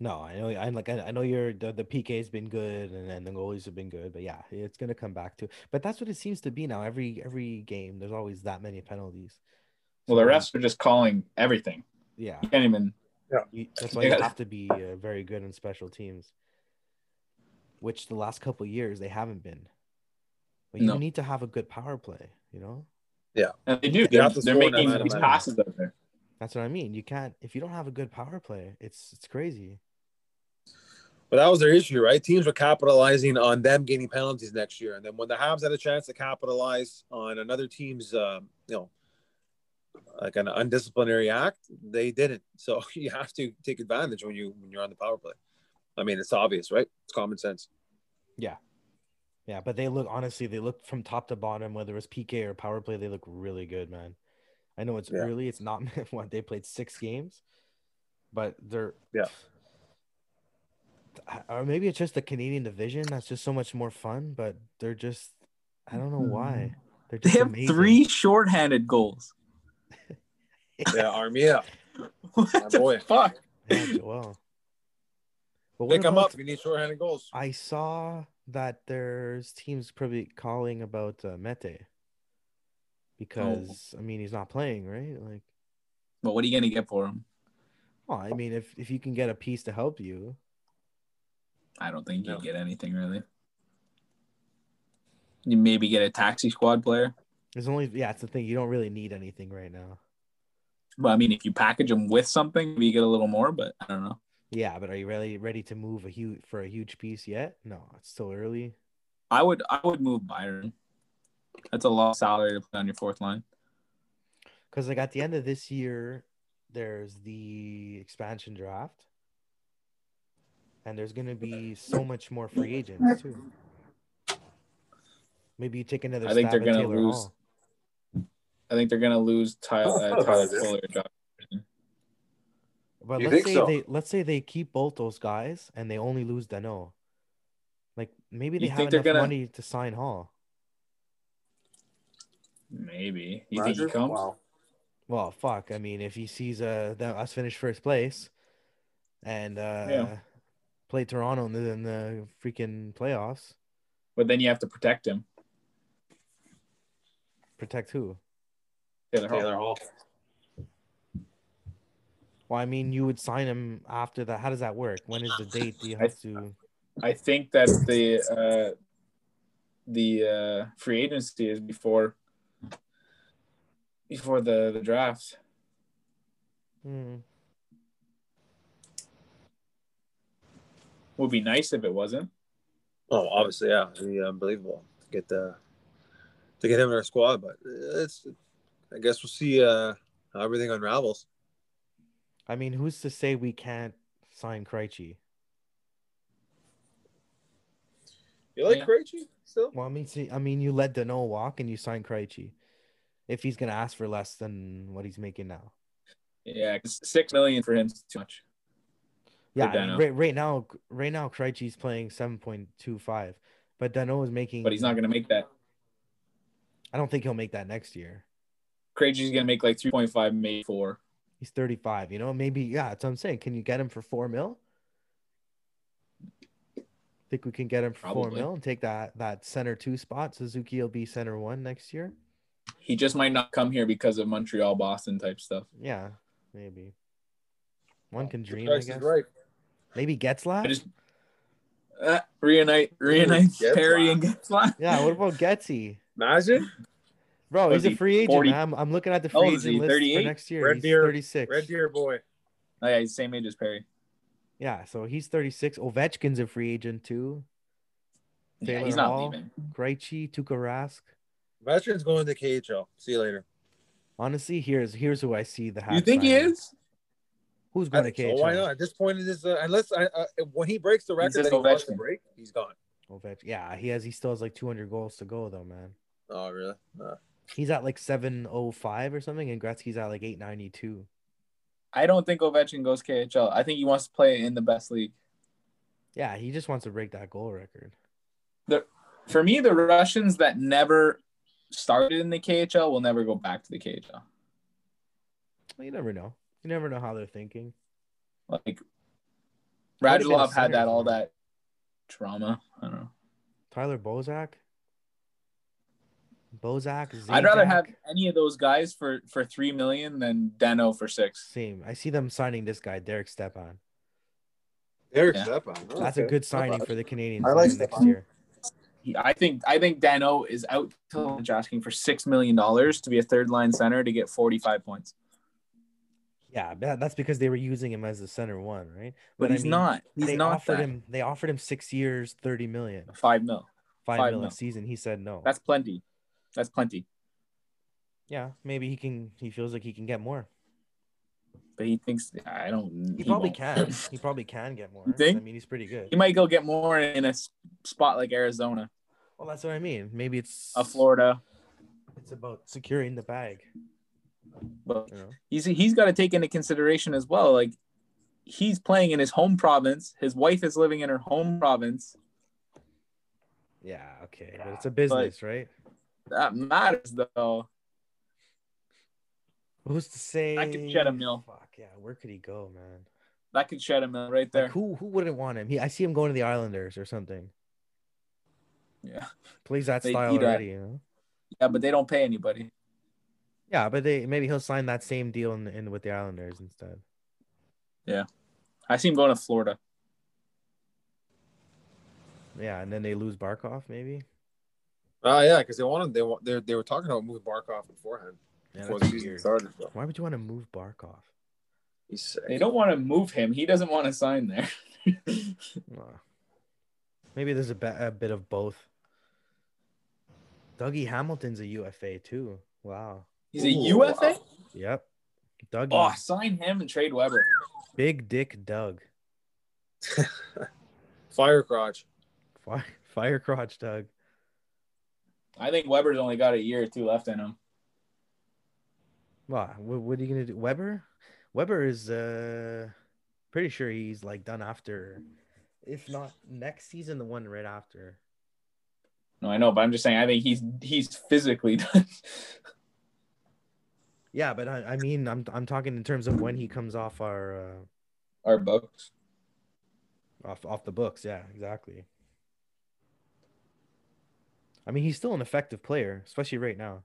No, I know. I'm like, I I know your the, the PK's been good, and then the goalies have been good, but yeah, it's gonna come back to. But that's what it seems to be now. Every every game, there's always that many penalties. Well, the So, refs are just calling everything. Yeah, You can't even. you, that's why They you got- have to be uh, very good in special teams, which the last couple years they haven't been. But you No. need to have a good power play. You know, And they do. You They're, have to they're score making no matter these what. passes out there. that's what I mean. You can't if you don't have a good power play. It's it's crazy. but that was their issue right teams were capitalizing on them getting penalties next year and then when the Habs had a chance to capitalize on another team's um, you know like an undisciplinary act they didn't so you have to take advantage when you when you're on the power play I mean it's obvious right it's common sense Yeah, but they look honestly, they look from top to bottom, whether it's PK or power play, they look really good, man. I know it's Yeah. early, it's not what they played six games, but they're Yeah. Or maybe it's just the Canadian division that's just so much more fun, but they're just I don't know why. They're Mm-hmm. They just have amazing. three shorthanded goals. yeah Armia What My the boy. fuck? Yeah, Joel. But what pick them about- up if you need shorthanded goals I saw that there's teams probably calling about uh, Mete because I mean he's not playing, right? Like, But what are you gonna get for him? well, I mean if if you can get a piece to help you, I don't think you No. get anything really. You maybe get a taxi squad player, there's only yeah, it's the thing you don't really need anything right now. but I mean, if you package them with something, maybe you get a little more. But I don't know. Yeah, but are you really ready to move a huge for a huge piece yet? No, it's still early. I would, I would move Byron. That's a lot of salary to play on your fourth line. Because like at the end of this year, there's the expansion draft, and there's gonna be so much more free agents too. Maybe you take another. I think stab they're at gonna Taylor lose. Hall. I think they're gonna lose Tyler uh, Tyler Fuller. But let's You think say so? they let's say they keep both those guys and they only lose Dano. Like maybe they You have think enough they're gonna- money to sign Hall. Maybe you think he comes? Well, fuck. I mean, if he sees uh that us finish first place, and uh play Toronto in the, in the freaking playoffs, But then you have to protect him. protect who? Taylor Hall. Taylor Hall Well, I mean, you would sign him after that. How does that work? When is the date? Do you have to? I think that the uh, the uh, free agency is before before the the draft. Hmm. Would be nice if it wasn't. Oh, obviously, yeah, it'd be unbelievable to get the to get him in our squad. But it's, I guess we'll see uh, how everything unravels. I mean, who's to say we can't sign Krejci? You like Yeah. Krejci still? Well, I mean, see, I mean, you let Dano walk and you sign Krejci. If he's gonna ask for less than what he's making now, Yeah, 'cause six million for him is too much. yeah. For I mean, Dano. right, right now, right now, Krejci's playing seven point two five, but Dano is making. But he's not going to make that. I don't think he'll make that next year. Krejci's going to make like three point five, maybe four. He's thirty five. You know, maybe yeah. That's what I'm saying. Can you get him for four mil? Think we can get him for four Probably. mil and take that that center two spot. Suzuki will be center one next year. He just might not come here because of Montreal, Boston type stuff. Yeah, maybe. One can dream, I Price is guess. right. Maybe Getzlaff. I just uh, reunite, reunite Getzlaff. Perry and Getzlaff. Yeah, what about Getsy? Imagine Bro, Would he's a be free agent. 40. man. I'm, I'm looking at the How free old is agent he? list 38? for next year. Red he's Deer- 36. Red Deer boy. Oh, yeah, he's same age as Perry. Yeah, so he's 36. Ovechkin's a free agent too. Yeah, Taylor he's not Hall. leaving. Krejci, Tuukka Rask. Veterans going to KHL. See you later. Honestly, here's here's who I see the. You Habs think he signing. is? Who's I going to think KHL? so. Why not? At this point, it is uh, unless I, uh, when he breaks the record just that he wants to Ovechkin. break, he's gone. Ovech- Yeah, he has. He still has like 200 goals to go though, man. Oh, really? Uh, He's at like 705 or something, and Gretzky's at like 892. I don't think Ovechkin goes KHL. I think he wants to play in the best league. Yeah, he just wants to break that goal record. For me, the Russians that never started in the KHL will never go back to the KHL. Well, you never know. You never know how they're thinking. Like What if they Radulov have had that centers, all man? that trauma. I don't know. Tyler Bozak. Bozak. I'd rather Zajac. have any of those guys for for three million than Dano for six. Same. I see them signing this guy, Derek Stepan. Eric Yeah. Stepan. Oh, That's a okay. good signing for the Canadians I like next Stepan. year. He- I think I think Dano is out to lunch asking for six million dollars to be a third line center to get forty five points. Yeah, that- that's because they were using him as the center one, right? But, I he's mean, not. He's they not offered that. him. They offered him six years, thirty million, five mil. five Five million mil. a season. He said no. That's plenty. That's plenty. yeah, maybe he can. He feels like he can get more. But he thinks I don't. He, probably won't. can. He probably can get more. You think? I mean, he's pretty good. He might go get more in a s- spot like Arizona, Well, that's what I mean. Maybe it's a Florida. It's about securing the bag. But You know? he's he's got to take into consideration as well. Like he's playing in his home province. His wife is living in her home province. Yeah. Okay. But it's a business, right? That matters though. Who's to say? I could shed a mil. Fuck yeah. Where could he go, man? That could shed him out right Like, there. who who wouldn't want him? He, I see him going to the Islanders or something. Yeah, Plays that They style eat at- already. You know? yeah, but they don't pay anybody. Yeah, but they maybe he'll sign that same deal in, in with the Islanders instead. I see him going to Florida. Yeah, and then they lose Barkov maybe. Oh yeah, because they wanted they wa- they they were talking about moving Barkov beforehand Yeah, before the that's season weird. started. So. Why would you want to move Barkov? He's sick. They don't want to move him. He doesn't want to sign there. Aw. Maybe there's a, ba- a bit of both. Dougie Hamilton's a UFA too. Wow. He's a Ooh, uh, UFA. wow. Yep. Dougie, Oh, sign him and trade Weber. big dick Doug, Fire crotch. fire, fire crotch Doug. I think Weber's only got a year or two left in him. Wow. What, what are you gonna do, Weber? Weber is uh, pretty sure he's like done after, if not next season, the one right after. No, I know, but I'm just saying. I think he's he's physically done. Yeah, but I, I mean, I'm I'm talking in terms of when he comes off our uh, Our books. off off the books. Yeah, exactly. I mean, he's still an effective player, especially right now.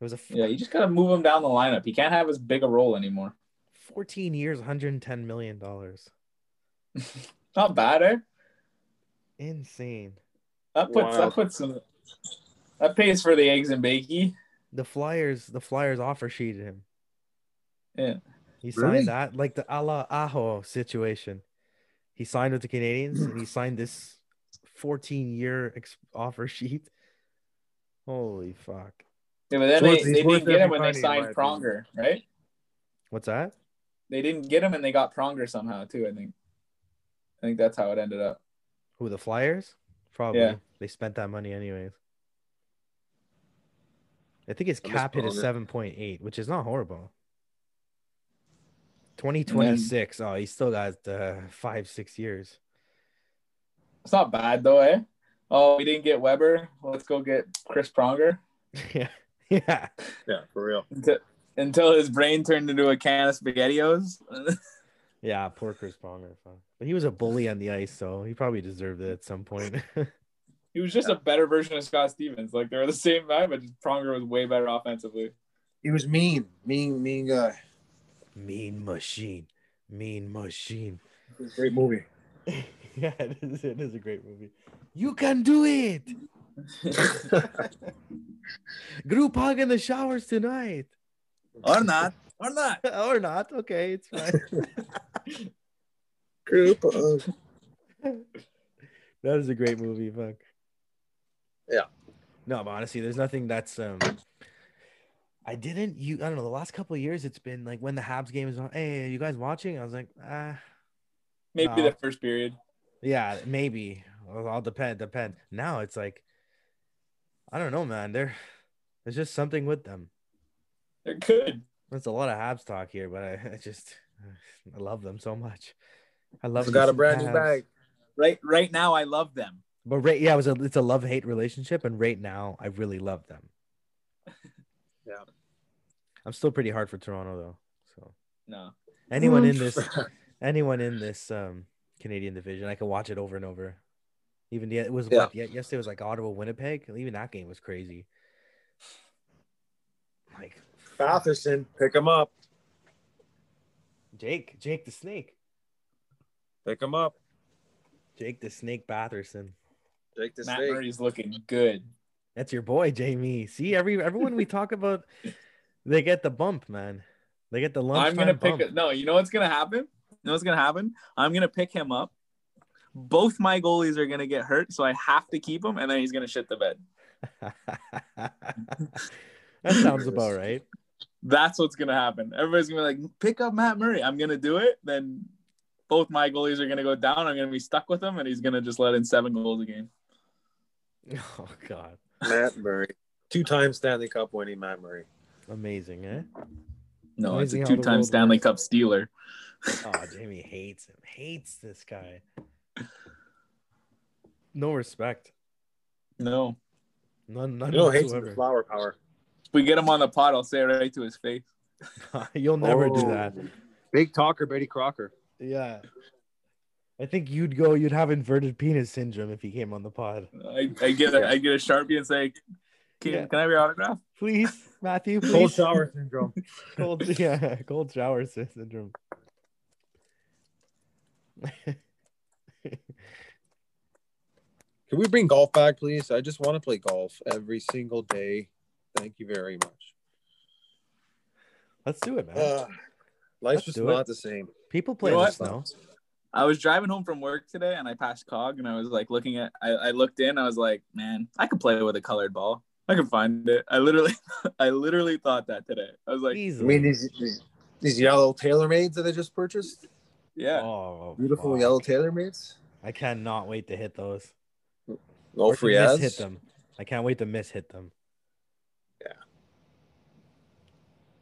It was a f- Yeah, you just gotta move him down the lineup. He can't have as big a role anymore. 14 years, 110 million dollars. Not bad, eh? Insane. That puts that Wild. puts some. That pays for the eggs and bakey. The Flyers, the Flyers offer sheeted him. Yeah. He signed Really? that like the Ala Aho situation. He signed with the Canadians and he signed this 14 year ex- offer sheet. Holy fuck. Yeah, but then So they, it's- they he's didn't worth get him every when they penny, in signed my Pronger, right? What's that? They didn't get him and they got Pronger somehow too. I think. I think that's how it ended up. Who the Flyers? Probably. Yeah. They spent that money anyways. I think his I miss cap hit is Pronger. 7.8, which is not horrible. 2026. oh, he still got uh, five, six years. It's not bad though, eh? Oh, we didn't get Weber. Let's go get Chris Pronger yeah. Yeah. Yeah, for real. until, until his brain turned into a can of spaghettios. Yeah. Poor Chris Pronger. fuck. But he was a bully on the ice, so he probably deserved it at some point. he was just a better version of Scott Stevens. Like they were the same guy, but just Pronger was way better offensively. He was mean, mean, mean guy. mean machine. Mean machine. It was a Great movie. yeah, it is, it is a great movie. You can do it. Group hug in the showers tonight. or not. Or not. or not. Okay, it's fine. Group. Of... that is a great movie. Fuck. Yeah. No, but honestly, there's nothing that's um. I didn't. You. I don't know. The last couple of years, it's been like when the Habs game is on. Hey, are you guys watching? I was like, ah, Maybe No. the first period. yeah, maybe. Well, all depend. Depend. Now it's like, I don't know, man. They're There's just something with them. They're good. That's a lot of Habs talk here, but I, I just I love them so much. I love. He's me got a some brand new Habs. bag. Right right now I love them. But right, yeah, it was a it's a love hate relationship, and right now I really love them. Yeah. I'm still pretty hard for Toronto though. So No. anyone in this, anyone in this um Canadian division, I can watch it over and over. Even yeah, it was Yeah. what yeah, yesterday was like Ottawa Winnipeg. Even that game was crazy. Like Batherson, pick him up. Jake, Jake the Snake, Pick him up. Jake the Snake Batherson. Jake the Matt snake. Murray's looking good. That's your boy, Jamie. See, every everyone we talk about, they get the bump, man. They get the lunchtime I'm gonna pick bump. it. No, you know what's gonna happen? You know what's gonna happen? I'm gonna pick him up. Both my goalies are gonna get hurt, so I have to keep him, and then he's gonna shit the bed. that sounds about right. That's what's gonna happen. Everybody's gonna be like, pick up Matt Murray. I'm gonna do it. Then both my goalies are gonna go down. I'm gonna be stuck with him, and he's gonna just let in seven goals a game. Oh God, Matt Murray. Two time Stanley Cup winning Matt Murray. amazing, eh? No, it's Amazing a how the two-time world Stanley works. Cup Steeler. Oh, Jamie hates him. Hates this guy. No respect. No, None. You None know, hates the whatsoever. flower power. if we get him on the pod, I'll say it right to his face. You'll never Oh. do that. Big talker, Betty Crocker. Yeah. I think you'd go. You'd have inverted penis syndrome if he came on the pod. I, I get a, I get a sharpie and say, "Can, Yeah. can I have your autograph?" Please, Matthew. Please. Cold shower syndrome. cold yeah cold shower sy- syndrome Can we bring golf back, please? I just want to play golf every single day. Thank you very much. let's do it man Uh, Let's life's just do it. not the same. people play you know this what? now I was driving home from work today and I passed Cog and I was like looking at I, I looked in, I was like, man, I could play with a colored ball. I can find it. I literally I literally thought that today. I was like, I easily mean, these, these, these yellow TaylorMades that I just purchased, yeah. oh beautiful fuck. yellow TaylorMades. i cannot wait to hit those No Or to free miss ads. hit them i can't wait to miss hit them Yeah.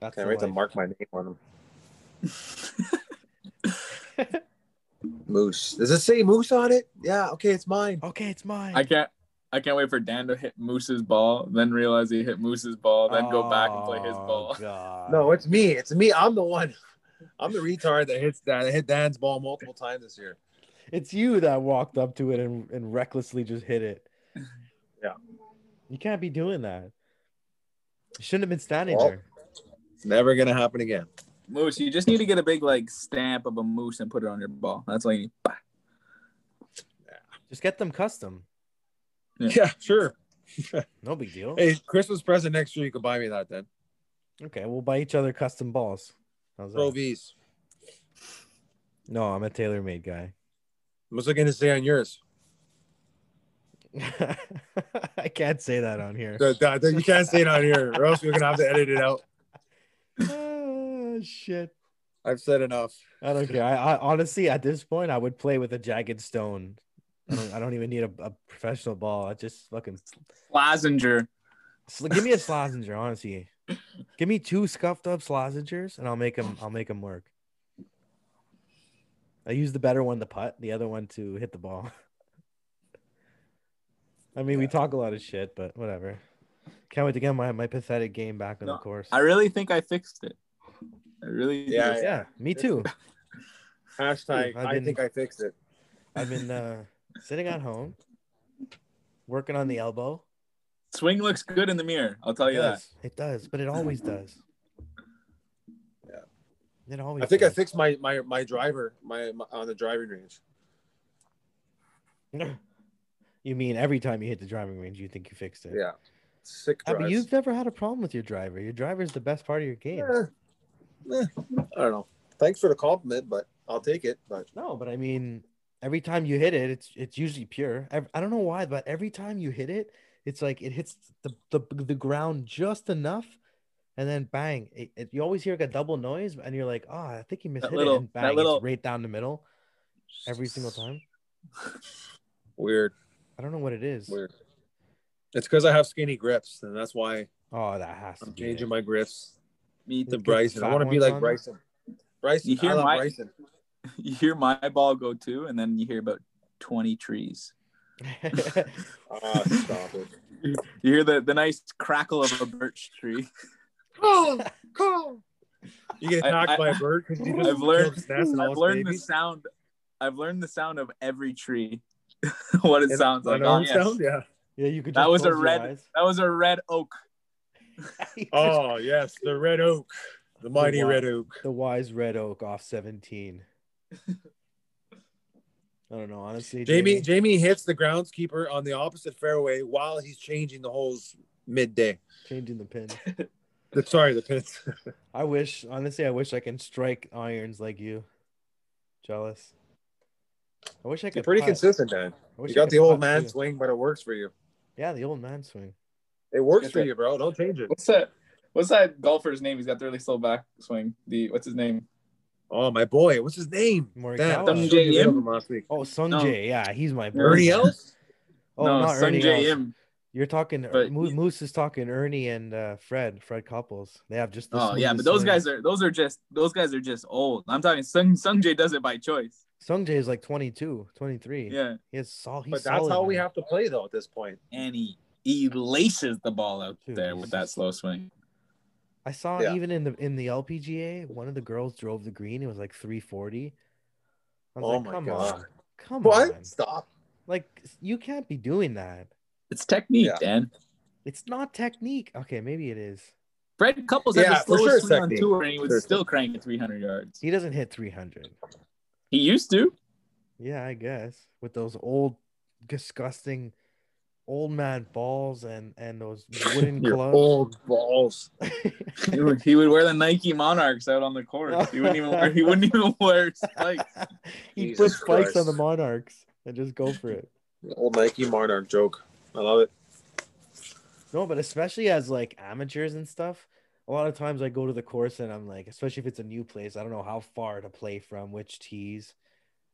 that's Can't the wait to life. mark my name on them. Moose. Does it say moose on it? Yeah. Okay, it's mine. okay it's mine I can't I can't wait for Dan to hit Moose's ball, then realize he hit Moose's ball, then go back and play his Oh, ball. God. No, it's me. It's me. I'm the one. I'm the retard that hits that. I hit Dan's ball multiple times this year. it's you that walked up to it and, and recklessly just hit it Yeah. you can't be doing that you shouldn't have been standing Well, there It's never gonna happen again. Moose, you just need to get a big like stamp of a moose and put it on your ball. That's all you need. Bah. Just get them custom. Yeah. sure. No big deal. Hey, Christmas present next year, you could buy me that then. Okay, we'll buy each other custom balls. How's that? Pro V's. No, I'm a tailor-made guy. What's it gonna say on yours? I can't say that on here. That- that- that- You can't say it on here, or else we're gonna have to edit it out. Ah, shit. I've said enough. I don't care. I, I honestly, at this point, I would play with a jagged stone. I don't, I don't even need a, a professional ball. I just fucking Lazinger. sl- give me a slozenger. Honestly, give me two scuffed up slozengers, and I'll make them. I'll make them work. I use the better one to putt, the other one to hit the ball. I mean, we talk a lot of shit, but whatever. Can't wait to get my, my pathetic game back on No, the course. I really think I fixed it. I really do. Yeah. yeah, me too. Hashtag. I've I been- think I fixed it. I've been uh, sitting at home, working on the elbow. Swing looks good in the mirror. I'll tell Oh, it you that. does. It does, but it always does. Yeah. It always. I think I does. fixed my my my driver my, my on the driving range. you mean every time you hit the driving range, you think you fixed it? Yeah, sick I mean, drives. you've never had a problem with your driver. Your driver is the best part of your game. Eh, eh, I don't know. Thanks for the compliment, but I'll take it. But No, but I mean, every time you hit it, it's it's usually pure. I, I don't know why, but every time you hit it, it's like it hits the the, the ground just enough, and then bang! It, it- you always hear like a double noise, and you're like, oh, I think you missed That it, little- and that bang, it's little- right down the middle every single time. weird, I don't know what it is. weird. It's because I have skinny grips, and that's why Oh, that has to I'm be. changing it. my grips. Me Get The the Bryson. I fat want to be ones like on. Bryson. Bryson, You hear I love my- Bryson. you hear my ball go too, and then you hear about 20 trees. Ah, stop it. You hear the, the nice crackle of a birch tree. Call, call. You get I- attacked I- by a bird because you just I've learned- killed his nest and all I've his learned the babies? sound. I've learned the sound of every tree. what it And- sounds like. an Oh, orange yes. sound? Yeah. yeah, you could. That just was a close your red- eyes. That was a red oak. Oh yes, the red oak, the mighty Oh, wow. red oak. the wise red oak off 17. I don't know, honestly. Jamie Jamie hits the groundskeeper on the opposite fairway while he's changing the holes midday. changing the pin. The, sorry, the pins. I wish, honestly, I wish I can strike irons like you. Jealous. I wish I could. You're pretty putt. consistent, man. I wish I You got could the old putt, man too. swing, but it works for you. Yeah, the old man swing. It works That's for it. you, bro. Don't change it. What's that? What's that golfer's name? He's got the really slow back swing. The what's his name? Oh my boy, what's his name? Morikawa. Damn, Sung I showed Jae you a video Im? of him last week. Oh, Sung No. Jae, yeah, he's my boy. Ernie Els? Oh, no, not Ernie Sungjae Els. Im. You're talking. But- Mo- Moose is talking. Ernie and uh, Fred, Fred Couples. They have just. The Oh yeah, but smoothest those swing. guys are those are just those guys are just old. I'm talking Sung Sungjae does it by choice. Sung Jae is like 22, 23. Yeah, he has sol- he's But that's solid, how we man. have to play though at this point. and he he laces the ball out Dude, there he's with that just- slow swing. I saw Yeah. even in the in the LPGA, one of the girls drove the green. It was like 340. I was Oh like, my come God. on, come on, What? Stop. like you can't be doing that. It's technique, Yeah. Dan. It's not technique. Okay, maybe it is. Fred Couples Yeah, had the for sure slowest it's swing on technique. tour, and he would Sure. still crank it 300 yards. He doesn't hit 300. He used to. Yeah, I guess with those old, disgusting, old man balls and and those wooden Your gloves. old balls. He would, he would wear the Nike Monarchs out on the course. He wouldn't even wear. He wouldn't even wear spikes. he put Jesus spikes on Christ. the Monarchs and just go for it. Old Nike Monarch joke. I love it. No, but especially as like amateurs and stuff, a lot of times I go to the course and I'm like, especially if it's a new place, I don't know how far to play from, which tees.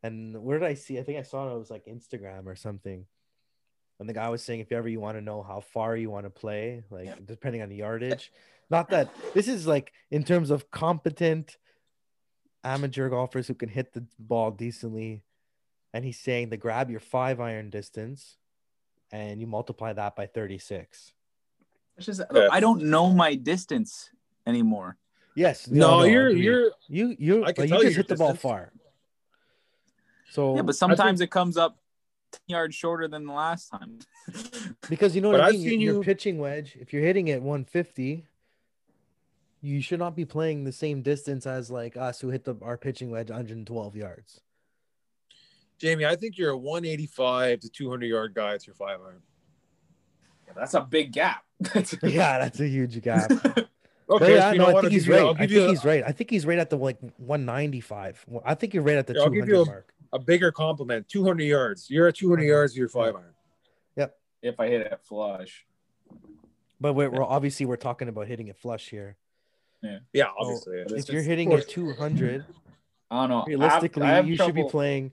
And where did I see? I think I saw it, it was like Instagram or something. And the guy was saying, if ever you want to know how far you want to play, like depending on the yardage, not that this is like in terms of competent amateur golfers who can hit the ball decently. And he's saying to grab your five iron distance and you multiply that by 36. It's just- Yeah. I don't know my distance anymore. Yes. No, you're agreed. you're you you I can like, you tell just hit you the your ball distance. far. So Yeah, but sometimes it comes up ten yards shorter than the last time. because you know but what I I've mean, your, seen your you- pitching wedge. If you're hitting at 150, you should not be playing the same distance as like us who hit the our pitching wedge 112 yards. Jamie, I think you're a 185 to 200 yard guy with your five iron. That's a big gap. Yeah, that's a huge gap. Okay, But yeah, so you no, know I what? think I'll he's give you- right. I'll I give think you he's right. I think he's right at the like 195. Well, I think you're right at the Yeah, I'll give 200 you a- mark. a bigger compliment. 200 yards. You're at 200 Mhm. yards of your five iron. if I hit it flush, But we're, we're obviously we're talking about hitting it flush here. Yeah, obviously. But it's Oh, if you're just- hitting course. it 200, I don't know. realistically, I have- I have you should be trouble- playing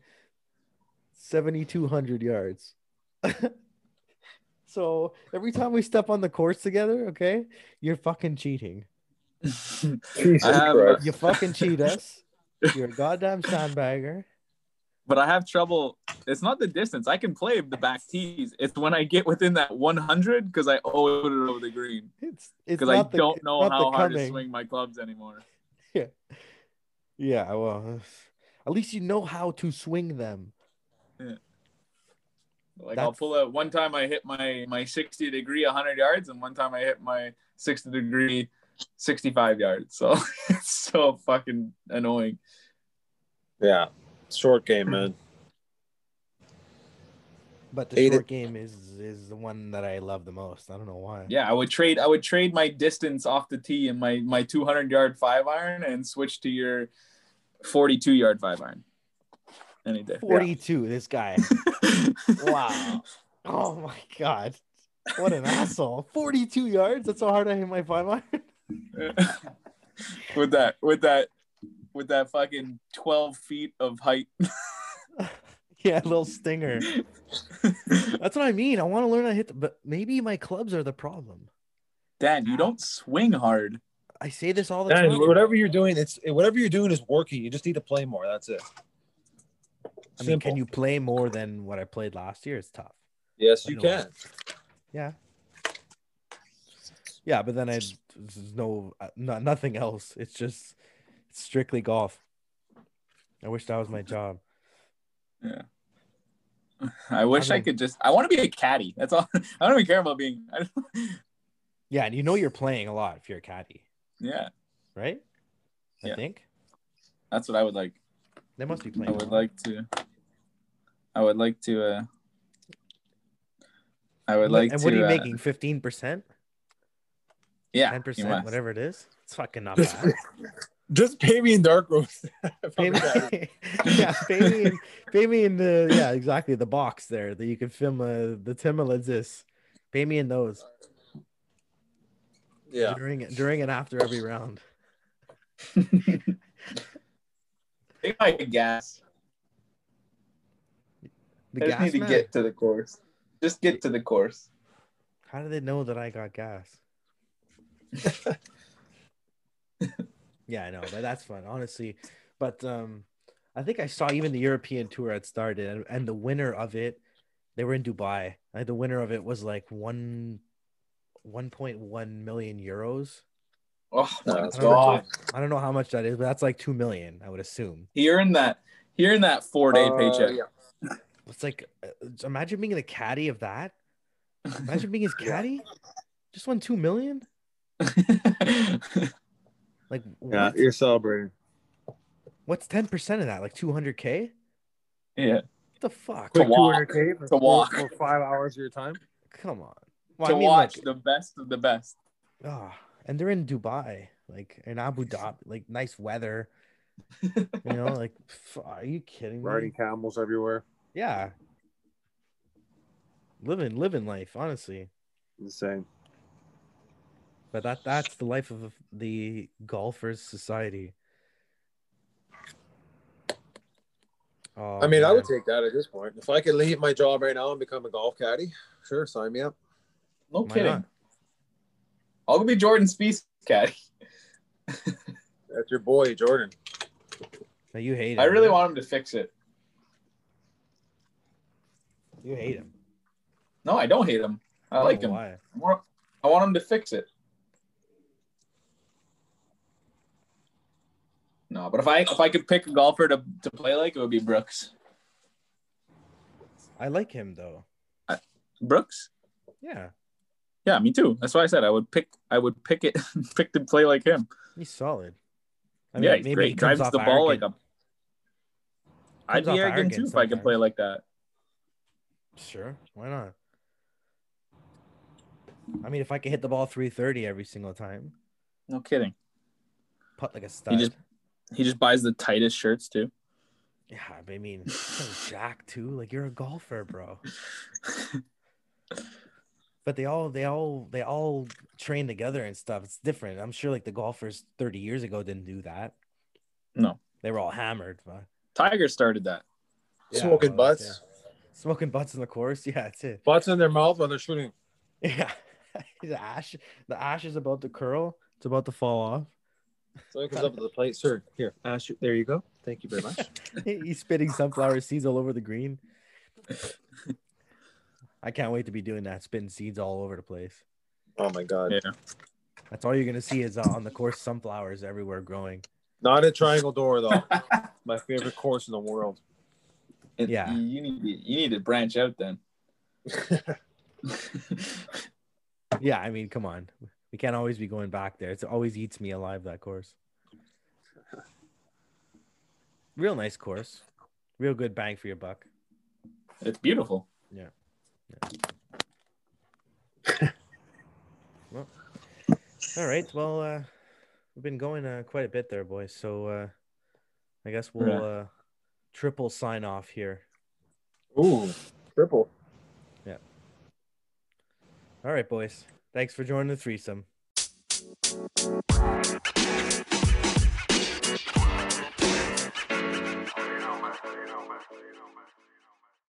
7,200 yards. so every time we step on the course together, okay, you're fucking cheating. Jesus I have- Christ. You fucking cheat us. You're a goddamn sandbagger. but I have trouble. It's not the distance. I can play the back tees. It's when I get within that 100 because I owe it over the green It's it's because I not the- don't it's know not the how hard to coming. swing my clubs anymore. Yeah, well, at least you know how to swing them. Like I'll That's- pull out one time I hit my my 60 degree 100 yards and one time I hit my 60 degree 65 yards. So it's so fucking annoying. yeah. Short game, man. But the Hate short game is is the one that I love the most. I don't know why. Yeah, I would trade I would trade my distance off the tee and my my 200 yard 5 iron and switch to your 42 yard 5 iron. Any day. 42, this guy. Wow. Oh my god. What an asshole. 42 yards. That's how hard I hit my five iron. with that with that with that fucking 12 feet of height. yeah, a little stinger. That's what I mean. I want to learn how to hit, the, but maybe my clubs are the problem. Dan, you don't swing hard. I say this all the And time. whatever you're doing, it's whatever you're doing is working. You just need to play more. That's it. I mean, can you play more than what I played last year? It's tough. Yes, you you I know. can. Yeah. Yeah, but then I there's no uh, no nothing else. It's just strictly golf. I wish that was my job. I wish I, mean- could just. I want to be a caddy. That's all. I don't even care about being. I don't, Yeah, and you know you're playing a lot if you're a caddy, yeah, right? I Yeah. think that's what I would like. they must be I playing. a would lot. like to. I would like to. uh I would And like and to. what are you uh, making? Fifteen percent, Yeah, ten you percent, must. whatever it is. It's fucking not bad. Just pay me in dark rooms. pay me, yeah, pay me, in, pay me in the yeah, exactly the box there that you can film uh, the Timolidzis. Pay me in those yeah. during during and after every round. They might gas. The gas man? to the course. Just get to the course. How do they know that I got gas? yeah, I know, but that's fun, honestly. But um, I think I saw even the European tour had started, and, and the winner of it, they were in Dubai. Like the winner of it was like one, one point one million euros. Oh my That's god! I don't know how much that is, but that's like two million, I would assume. Hearing that, hearing that four day Uh, Uh, paycheck. It's like, uh, imagine being the caddy of that. Imagine being his caddy. Just won two million. Like, Yeah, what? you're celebrating. what's ten percent of that? Like two hundred k. yeah. What the fuck? To walk. 200K for To walk. four- for five hours of your time. Come on. to Well, I mean, watch like, the best of the best. ah, and they're in Dubai, like in Abu Dhabi, like nice weather. you know, like, pff, are you kidding me? Riding camels everywhere. Yeah. Living, living life, honestly. Insane. But that that's the life of the golfers society. Oh, I mean, I would man. take that at this point. If I could leave my job right now and become a golf caddy, sure, sign me up. No Why kidding. not? I'll go be Jordan Spieth's caddy. That's your boy, Jordan. No, you hate him. I really right? want him to fix it. you hate him. No, I don't hate him. I don't like know him. Oh, why. I want, I want him to fix it. No, but if I if I could pick a golfer to, to play like, it would be Brooks. I like him though. Brooks? Yeah, Yeah, me too. That's why I said I would pick I would pick it pick to play like him. he's solid. yeah, he's great. he comes Drives the off ball arrogant. like a. I'd Comes off be arrogant arrogant too if I could play like that. Sure, why not? I mean, if I could hit the ball 330 every single time, No kidding. putt like a stud. just- He just buys the tightest shirts too. Yeah, but I mean, so Jack too. Like you're a golfer, bro. But they all, they all, they all train together and stuff. It's different. I'm sure like the golfers 30 years ago didn't do that. No. they were all hammered, but Tiger started that. Yeah, Smoking well, butts. that's- smoking butts in the course. Yeah, that's it. Butts in their mouth when they're shooting. Yeah, the ash, the ash is about to curl. It's about to fall off. Someone comes up to the plate, sir. Here, Ash, Uh, there you go. Thank you very much. He's spitting sunflower seeds all over the green. I can't wait to be doing that, spitting seeds all over the place. Oh my god. Yeah. That's all you're gonna see is uh, on the course sunflowers everywhere growing. Not at Triangle Door though. my favorite course in the world. It- Yeah. You need to, you need to branch out then. Yeah, I mean, come on, we can't always be going back there. It's always eats me alive that course. Real nice course, real good bang for your buck. it's beautiful. All right, well, uh, we've been going uh, quite a bit there, boys. So uh, I guess we'll Yeah. uh, triple sign off here. Ooh, triple. All right, boys. Thanks for joining the threesome.